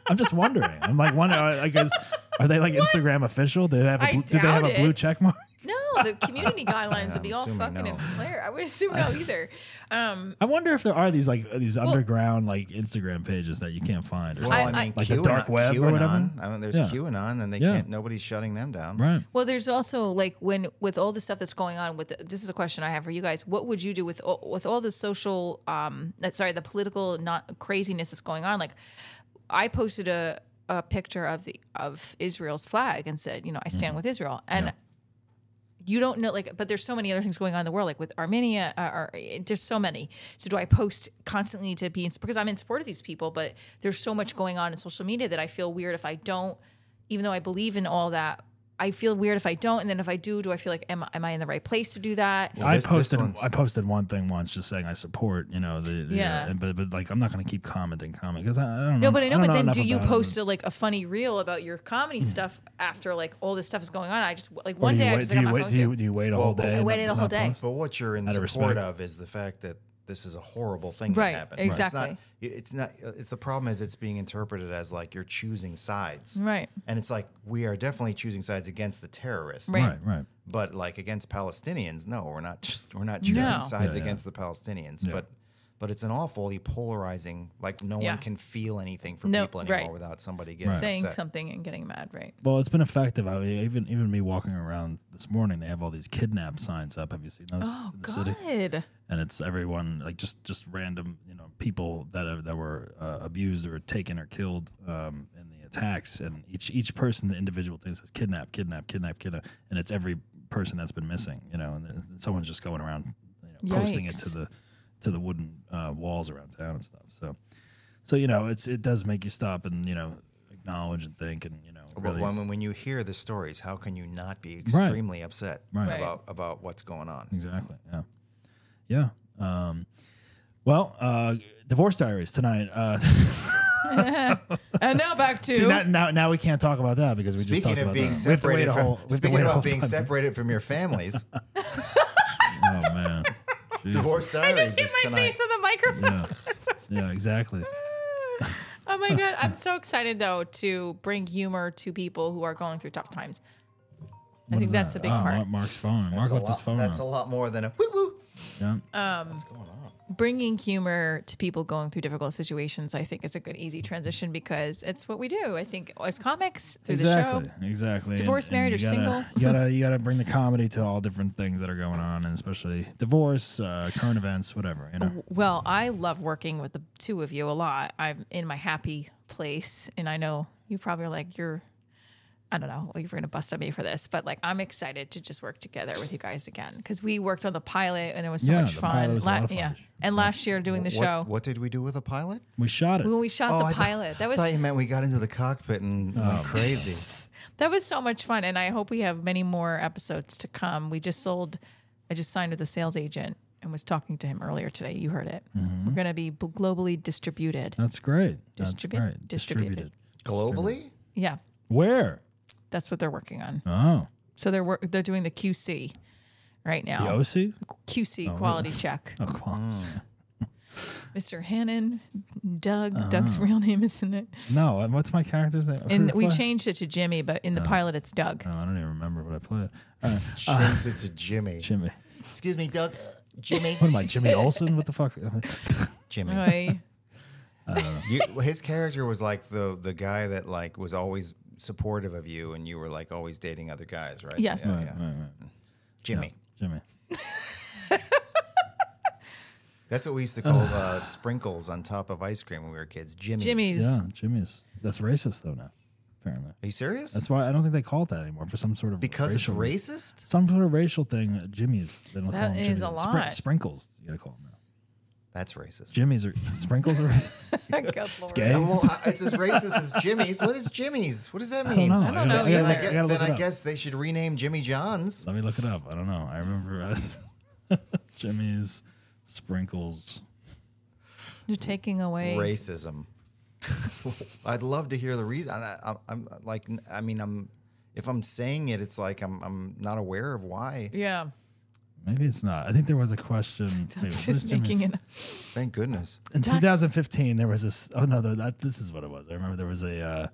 Speaker 4: I'm just wondering. I'm like wondering. I guess are they like Instagram official? Do they have a
Speaker 6: I
Speaker 4: blue, do they have
Speaker 6: doubt
Speaker 4: a blue
Speaker 6: it.
Speaker 4: check mark?
Speaker 6: No, the community guidelines would be all
Speaker 5: assuming
Speaker 6: fucking
Speaker 5: no.
Speaker 6: in flare. I would assume no either. Um,
Speaker 4: I wonder if there are these like these underground like Instagram pages that you can't find. Or
Speaker 5: Well,
Speaker 4: something.
Speaker 5: I, mean,
Speaker 4: Like the dark web or
Speaker 5: QAnon.
Speaker 4: whatever?
Speaker 5: I mean, there's
Speaker 4: Yeah.
Speaker 5: QAnon, and they
Speaker 4: Yeah.
Speaker 5: can't. Nobody's shutting them down.
Speaker 4: right.
Speaker 6: well, there's also like when with all the stuff that's going on with this is a question I have for you guys. What would you do with all, with all the social, um, uh, sorry, the political not craziness that's going on? Like, I posted a a picture of the of Israel's flag and said, you know, I
Speaker 5: Mm-hmm.
Speaker 6: stand with Israel, and you don't know like but there's so many other things going on in the world like with armenia uh, or, there's so many so do i post constantly to be in because i'm in support of these people but there's so much going on in social media that i feel weird if i don't even though i believe in all that i feel weird if i don't and then if i do do i feel like am, am i in the right place to do that
Speaker 5: Well,
Speaker 4: I
Speaker 5: this- this
Speaker 4: posted
Speaker 5: one's-
Speaker 4: I posted one thing once, just saying I support. You know the, the
Speaker 6: Yeah.
Speaker 4: and- but, but like I'm not gonna keep commenting comment because I, I don't know.
Speaker 6: no but i know
Speaker 4: don't
Speaker 6: but then
Speaker 4: enough
Speaker 6: do you
Speaker 4: about it.
Speaker 6: post a, like a funny reel about your comedy stuff after like all this stuff is going on i just like
Speaker 4: Or
Speaker 6: one
Speaker 4: do
Speaker 6: day
Speaker 4: you
Speaker 6: i
Speaker 4: wait,
Speaker 6: was
Speaker 4: do
Speaker 6: like,
Speaker 4: you
Speaker 6: I'm
Speaker 4: wait
Speaker 6: not
Speaker 4: do
Speaker 6: going
Speaker 4: you
Speaker 6: to.
Speaker 4: do you wait a
Speaker 5: Well,
Speaker 4: whole day?
Speaker 5: I
Speaker 4: and
Speaker 6: waited a
Speaker 4: not-
Speaker 6: whole
Speaker 4: not
Speaker 6: day.
Speaker 4: post?
Speaker 5: But what you're in
Speaker 4: Out of
Speaker 5: support
Speaker 4: respect.
Speaker 5: of is the fact that this is a horrible thing
Speaker 6: Right,
Speaker 5: that happened.
Speaker 6: exactly.
Speaker 5: It's not. uh, It's not. It's the problem is it's being interpreted as like you're choosing sides.
Speaker 6: Right.
Speaker 5: And it's like we are definitely choosing sides against the terrorists.
Speaker 6: Right.
Speaker 4: Right, right.
Speaker 5: But like against Palestinians, no, we're not. We're not choosing
Speaker 6: No.
Speaker 5: sides
Speaker 4: Yeah, yeah.
Speaker 5: against the Palestinians. But but it's an awfully polarizing. Like no
Speaker 6: Yeah.
Speaker 5: one can feel anything for
Speaker 6: No,
Speaker 5: people anymore
Speaker 6: right.
Speaker 5: without somebody getting
Speaker 6: saying
Speaker 5: upset.
Speaker 6: something and getting mad right
Speaker 4: Well, it's been effective. I mean, even even me walking around this morning, they have all these kidnap signs up. Have you seen those
Speaker 6: oh
Speaker 4: in the city?
Speaker 6: god
Speaker 4: And it's everyone like just just random you know people that are, that were uh, abused or taken or killed um, in the attacks. And each each person, the individual thing says kidnap, kidnap, kidnap, kidnap, and it's every person that's been missing. You know, and, then someone's just going around you know, posting it to
Speaker 6: Yikes.
Speaker 4: the to the wooden uh, walls around town and stuff. So so you know it's it does make you stop and you know acknowledge and think and you know
Speaker 5: But
Speaker 4: really-
Speaker 5: when, when you hear the stories, how can you not be extremely upset
Speaker 4: Right.
Speaker 6: Right.
Speaker 5: about about what's going on?
Speaker 4: Exactly. Yeah. Yeah. Um, well, uh, divorce diaries tonight. Uh,
Speaker 6: and now back to
Speaker 4: see, now, now, now we can't talk about that because we just
Speaker 5: Speaking
Speaker 4: talked
Speaker 5: of
Speaker 4: about
Speaker 5: being
Speaker 4: that. We have to wait
Speaker 5: separated
Speaker 4: a
Speaker 5: from,
Speaker 4: whole. we have to
Speaker 5: speaking
Speaker 4: wait a whole
Speaker 5: about being
Speaker 4: five-
Speaker 5: separated from your families,
Speaker 4: Oh man. Jeez.
Speaker 5: Divorce Diaries
Speaker 6: I just see
Speaker 5: is
Speaker 6: my
Speaker 5: tonight.
Speaker 6: face on the microphone.
Speaker 4: Yeah. Yeah. Exactly.
Speaker 6: oh my god, I'm so excited though to bring humor to people who are going through tough times. I think that's a big
Speaker 4: oh,
Speaker 6: part.
Speaker 4: Mar- Mark's phone. Mark
Speaker 5: That's a
Speaker 4: left his
Speaker 5: lot-
Speaker 4: phone.
Speaker 5: That's a
Speaker 4: on.
Speaker 5: lot more than a woo woo.
Speaker 4: Yeah.
Speaker 6: Uh,
Speaker 5: What's going on?
Speaker 6: Bringing humor to people going through difficult situations, I think, is a good easy transition because it's what we do. I think as comics through
Speaker 4: exactly.
Speaker 6: the show.
Speaker 4: Exactly.
Speaker 6: Divorced, married,
Speaker 4: you
Speaker 6: or
Speaker 4: gotta-
Speaker 6: single.
Speaker 4: You gotta you gotta bring the comedy to all different things that are going on, and especially divorce, uh, current events, whatever. You
Speaker 6: Oh.
Speaker 4: know.
Speaker 6: Well, I love working with the two of you a lot. I'm in my happy place, and I know you probably are like you're I don't know. You're going to bust on me for this, but like I'm excited to just work together with you guys again because we worked on the pilot and it was so
Speaker 4: Yeah,
Speaker 6: much
Speaker 4: the
Speaker 6: fun.
Speaker 4: pilot was a
Speaker 6: La-
Speaker 4: lot of fun.
Speaker 6: Yeah, and last year doing the
Speaker 5: what,
Speaker 6: show
Speaker 5: What did we do with a pilot?
Speaker 4: We shot it.
Speaker 6: when we shot the
Speaker 5: I thought-
Speaker 6: pilot, that was
Speaker 5: thought you meant we got into the cockpit and
Speaker 4: Oh.
Speaker 5: went crazy.
Speaker 6: That was so much fun, and I hope we have many more episodes to come. We just sold, I just signed with a sales agent and was talking to him earlier today. You heard it.
Speaker 4: Mm-hmm.
Speaker 6: We're going to be b- globally distributed.
Speaker 4: That's great.
Speaker 6: Distribu-
Speaker 4: That's great.
Speaker 6: distributed.
Speaker 5: Globally?
Speaker 6: Yeah,
Speaker 4: Where?
Speaker 6: that's what they're working on.
Speaker 4: Oh,
Speaker 6: So they're work, they're doing the QC right
Speaker 4: the
Speaker 6: now.
Speaker 4: OC.
Speaker 6: QC quality check.
Speaker 4: Oh, cool.
Speaker 6: Mr. Hannon, Doug. Doug's real name, isn't it?
Speaker 4: No, and what's my character's name? Who
Speaker 6: And
Speaker 4: did I
Speaker 6: we
Speaker 4: play?
Speaker 6: changed it to Jimmy, but in the pilot, it's Doug.
Speaker 4: Oh, I don't even remember what I played. Uh,
Speaker 5: James, it's a Jimmy.
Speaker 4: Jimmy.
Speaker 5: Excuse me, Doug. Uh, Jimmy.
Speaker 4: What am I, Jimmy Olsen? What the fuck?
Speaker 5: Jimmy.
Speaker 6: Oy.
Speaker 5: You, his character was like the the guy that like was always supportive of you, and you were like always dating other guys, right?
Speaker 6: Yes.
Speaker 5: Yeah,
Speaker 4: Right,
Speaker 5: yeah.
Speaker 4: right, right.
Speaker 5: Jimmy.
Speaker 4: Jimmy.
Speaker 5: That's what we used to call uh, sprinkles on top of ice cream when we were kids. Jimmy's.
Speaker 6: Jimmy's.
Speaker 4: Yeah, Jimmy's. That's racist though now. Apparently,
Speaker 5: Are you serious?
Speaker 4: that's why I don't think they call it that anymore for some sort of
Speaker 5: because
Speaker 4: racial,
Speaker 5: it's racist.
Speaker 4: Some sort of racial thing. uh, Jimmy's. They don't call
Speaker 6: That
Speaker 4: them
Speaker 6: is
Speaker 4: Jimmy's.
Speaker 6: a
Speaker 4: Sprin-
Speaker 6: lot.
Speaker 4: sprinkles. You gotta call them now.
Speaker 5: That's racist. Uh,
Speaker 4: Jimmy's are sprinkles are racist.
Speaker 6: Good Lord.
Speaker 4: Gay.
Speaker 5: Well, I- it's as racist as Jimmy's. What is Jimmy's? What does that mean?
Speaker 4: know.
Speaker 6: I don't know
Speaker 4: I gotta,
Speaker 5: Then I,
Speaker 4: look- I
Speaker 5: gue-
Speaker 4: gotta look
Speaker 5: then
Speaker 4: it
Speaker 5: I
Speaker 4: up.
Speaker 5: guess they should rename Jimmy John's.
Speaker 4: Let me look it up. I don't know. I remember uh, Jimmy's sprinkles.
Speaker 6: You're taking away.
Speaker 5: Racism. I'd love to hear the reason. I, I, I'm like, I mean, I'm if I'm saying it, it's like I'm I'm not aware of why.
Speaker 6: Yeah.
Speaker 4: Maybe it's not. I think there was a question. wait, what is
Speaker 6: Just making
Speaker 4: Jimmy's?
Speaker 6: it.
Speaker 5: Thank goodness.
Speaker 4: In 2015, there was this. Oh no, that, this is what it was. I remember there was a uh,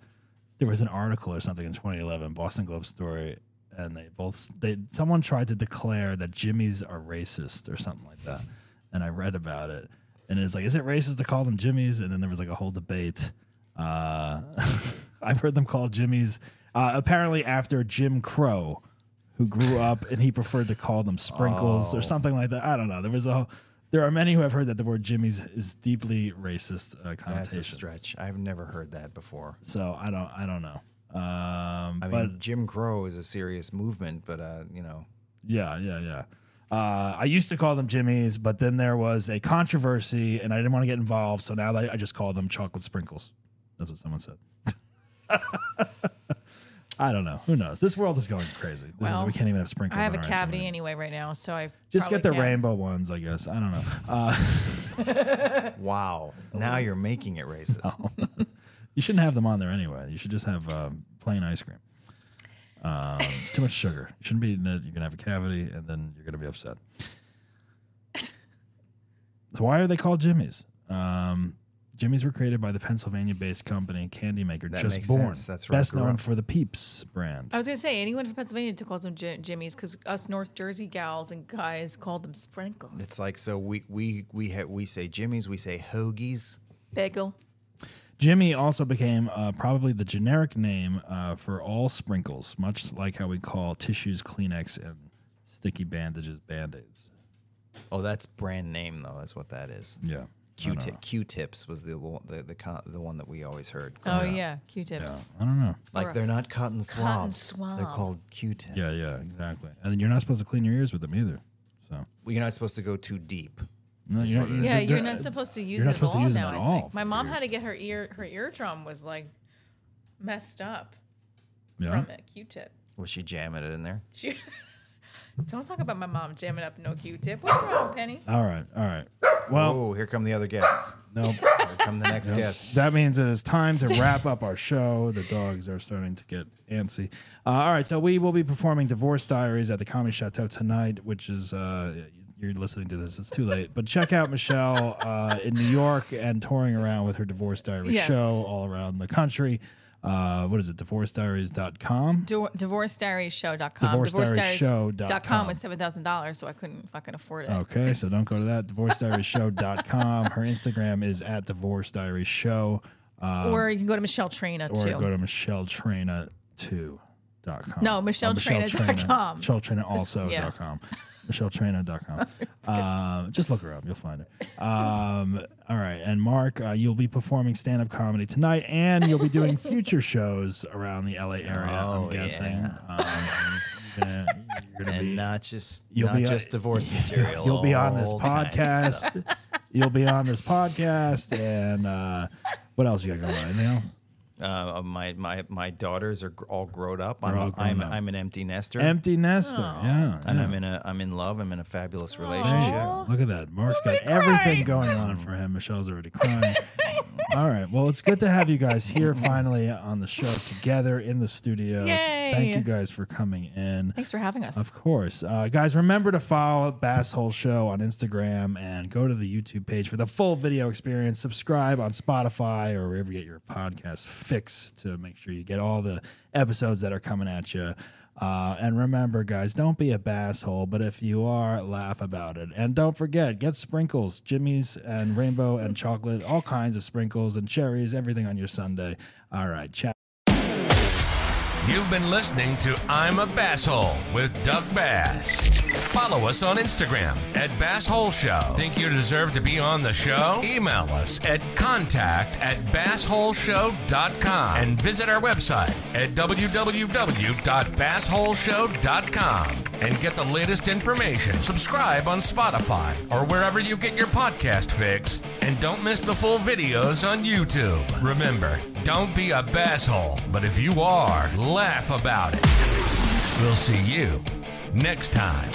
Speaker 4: there was an article or something in 2011, Boston Globe story, and they both they someone tried to declare that Jimmys are racist or something like that, and I read about it, and it's like, is it racist to call them Jimmys? And then there was like a whole debate. Uh, I've heard them called Jimmys. Uh, apparently, after Jim Crow, who grew up and he preferred to call them sprinkles
Speaker 5: Oh.
Speaker 4: or something like that. I don't know. There was a whole, there are many who have heard that the word Jimmy's is deeply racist uh,
Speaker 5: That's a
Speaker 4: connotations.
Speaker 5: stretch. I've never heard that before.
Speaker 4: So I don't I don't know. Um,
Speaker 5: I
Speaker 4: but
Speaker 5: mean, Jim Crow is a serious movement, but uh, you know,
Speaker 4: yeah, yeah, yeah. Uh, I used to call them Jimmy's, but then there was a controversy and I didn't want to get involved. So now I I just call them chocolate sprinkles. That's what someone said. I don't know. Who knows? This world is going crazy. This is,
Speaker 6: Well,
Speaker 4: we can't even have sprinkles.
Speaker 6: I have
Speaker 4: on
Speaker 6: a
Speaker 4: our ice cream
Speaker 6: cavity
Speaker 4: anymore.
Speaker 6: anyway right now, so I
Speaker 4: Just get the
Speaker 6: probably can't.
Speaker 4: rainbow ones, I guess. I don't know.
Speaker 5: wow. Now you're making it racist.
Speaker 4: You shouldn't have them on there anyway. You should just have um, plain ice cream. Um, it's too much sugar. You shouldn't be eating it. You're gonna have a cavity, and then you're gonna be upset. so why are they called Jimmys? Um, Jimmys were created by the Pennsylvania-based company candy maker
Speaker 5: That
Speaker 4: Just
Speaker 5: makes
Speaker 4: Born,
Speaker 5: sense. That's where I
Speaker 4: best
Speaker 5: grew
Speaker 4: known
Speaker 5: up.
Speaker 4: for the Peeps brand.
Speaker 6: I was gonna say anyone from Pennsylvania to calls them Jim- Jimmy's because us North Jersey gals and guys called them sprinkles,
Speaker 5: It's like so we we we ha- we say Jimmy's, we say hoagies.
Speaker 6: bagel.
Speaker 4: Jimmy also became uh, probably the generic name uh, for all sprinkles, much like how we call tissues Kleenex and sticky bandages Band-Aids.
Speaker 5: Oh, that's brand name though. That's what that is.
Speaker 4: Yeah.
Speaker 5: Q-tip, Q-tips was the lo- the the, co- the one that we always heard.
Speaker 6: Oh yeah, Q-tips.
Speaker 4: I don't know.
Speaker 5: Like they're not cotton
Speaker 6: Cotton
Speaker 5: swabs. They're
Speaker 6: swab.
Speaker 5: called Q-tips.
Speaker 4: Yeah, yeah, exactly. And then you're not supposed to clean your ears with them either. So
Speaker 5: Well, you're not supposed to go too deep.
Speaker 4: no, you're not,
Speaker 6: Yeah,
Speaker 4: they're-
Speaker 6: you're
Speaker 4: they're-
Speaker 6: not supposed to use
Speaker 4: not
Speaker 6: it
Speaker 4: supposed
Speaker 6: at
Speaker 4: to
Speaker 6: all
Speaker 4: use them
Speaker 6: now.
Speaker 4: at
Speaker 6: I
Speaker 4: all
Speaker 6: think.
Speaker 4: for
Speaker 6: My mom
Speaker 4: years.
Speaker 6: had to get her ear her eardrum was like messed up
Speaker 4: yeah.
Speaker 6: from a Q-tip.
Speaker 5: Was she jamming it in there?
Speaker 6: She, don't talk about my mom jamming up no Q-tip. What's wrong, Penny?
Speaker 4: All right, all right. Well,
Speaker 5: Oh, here come the other guests.
Speaker 4: no,
Speaker 5: Here come the next guests.
Speaker 4: that means it is time to wrap up our show. The dogs are starting to get antsy. Uh, all right, so we will be performing Divorce Diaries at the Comedy Chateau tonight, which is. Uh, you're listening to this. It's too late, but check out Michelle uh, in New York and touring around with her Divorce Diaries
Speaker 6: Yes.
Speaker 4: show all around the country. Uh, what is it? DivorceDiaries.com.
Speaker 6: Dor- DivorceDiariesShow.com.
Speaker 4: DivorceDiariesShow.com.
Speaker 6: was seven thousand dollars, so I couldn't fucking afford it.
Speaker 4: Okay, so don't go to that. DivorceDiaryShow.com. Her Instagram is at Divorce Diary Show. Uh,
Speaker 6: or you can go to Michelle Trina
Speaker 4: or
Speaker 6: too.
Speaker 4: go to Michelle Trina too. dot com.
Speaker 6: No, MichelleTrena dot com.
Speaker 4: Michelle Trainer also
Speaker 6: yeah.
Speaker 4: dot com. Michelle Trainer dot com. um, just look her up, you'll find her. Um, all right, and Mark, uh, you'll be performing stand up comedy tonight, and you'll be doing future shows around the LA area. I'm
Speaker 5: Oh,
Speaker 4: guessing.
Speaker 5: yeah.
Speaker 4: Um, yeah, you're gonna
Speaker 5: and
Speaker 4: be,
Speaker 5: not just
Speaker 4: You'll
Speaker 5: not
Speaker 4: be-
Speaker 5: just divorce material.
Speaker 4: you'll be on this
Speaker 5: all kinds of stuff.
Speaker 4: podcast. you'll be on this podcast, and uh, what else you got going on? Anything else?
Speaker 5: Uh, my my my daughters are gr- all grown up. I'm
Speaker 4: all grown
Speaker 5: I'm,
Speaker 4: up.
Speaker 5: I'm an empty nester.
Speaker 4: Empty nester.
Speaker 6: Oh.
Speaker 4: Yeah,
Speaker 5: and
Speaker 4: yeah.
Speaker 5: I'm in a I'm in love. I'm in a fabulous
Speaker 4: There you
Speaker 5: relationship.
Speaker 4: go. Look at that. Mark's got
Speaker 6: Nobody
Speaker 4: everything going on for him. Michelle's already crying. All right. Well, it's good to have you guys here finally on the show together in the studio.
Speaker 6: Yay.
Speaker 4: Thank you guys for coming in.
Speaker 6: Thanks for having us.
Speaker 4: Of course. Uh, guys, remember to follow Bass Hole Show on Instagram and go to the YouTube page for the full video experience. Subscribe on Spotify or wherever you get your podcast fix to make sure you get all the episodes that are coming at you. Uh, and remember, guys, don't be a basshole, but if you are, laugh about it. And don't forget, get sprinkles, Jimmy's and rainbow and chocolate, all kinds of sprinkles and cherries, everything on your Sunday. All right, chat.
Speaker 1: You've been listening to I'm a Basshole with Doug Bass. Follow us on Instagram at Basshole Show. Think you deserve to be on the show? Email us at contact at bassholeshow.com and visit our website at www.bassholeshow.com and get the latest information. Subscribe on Spotify or wherever you get your podcast fix and don't miss the full videos on YouTube. Remember, don't be a basshole, but if you are, laugh about it. We'll see you next time.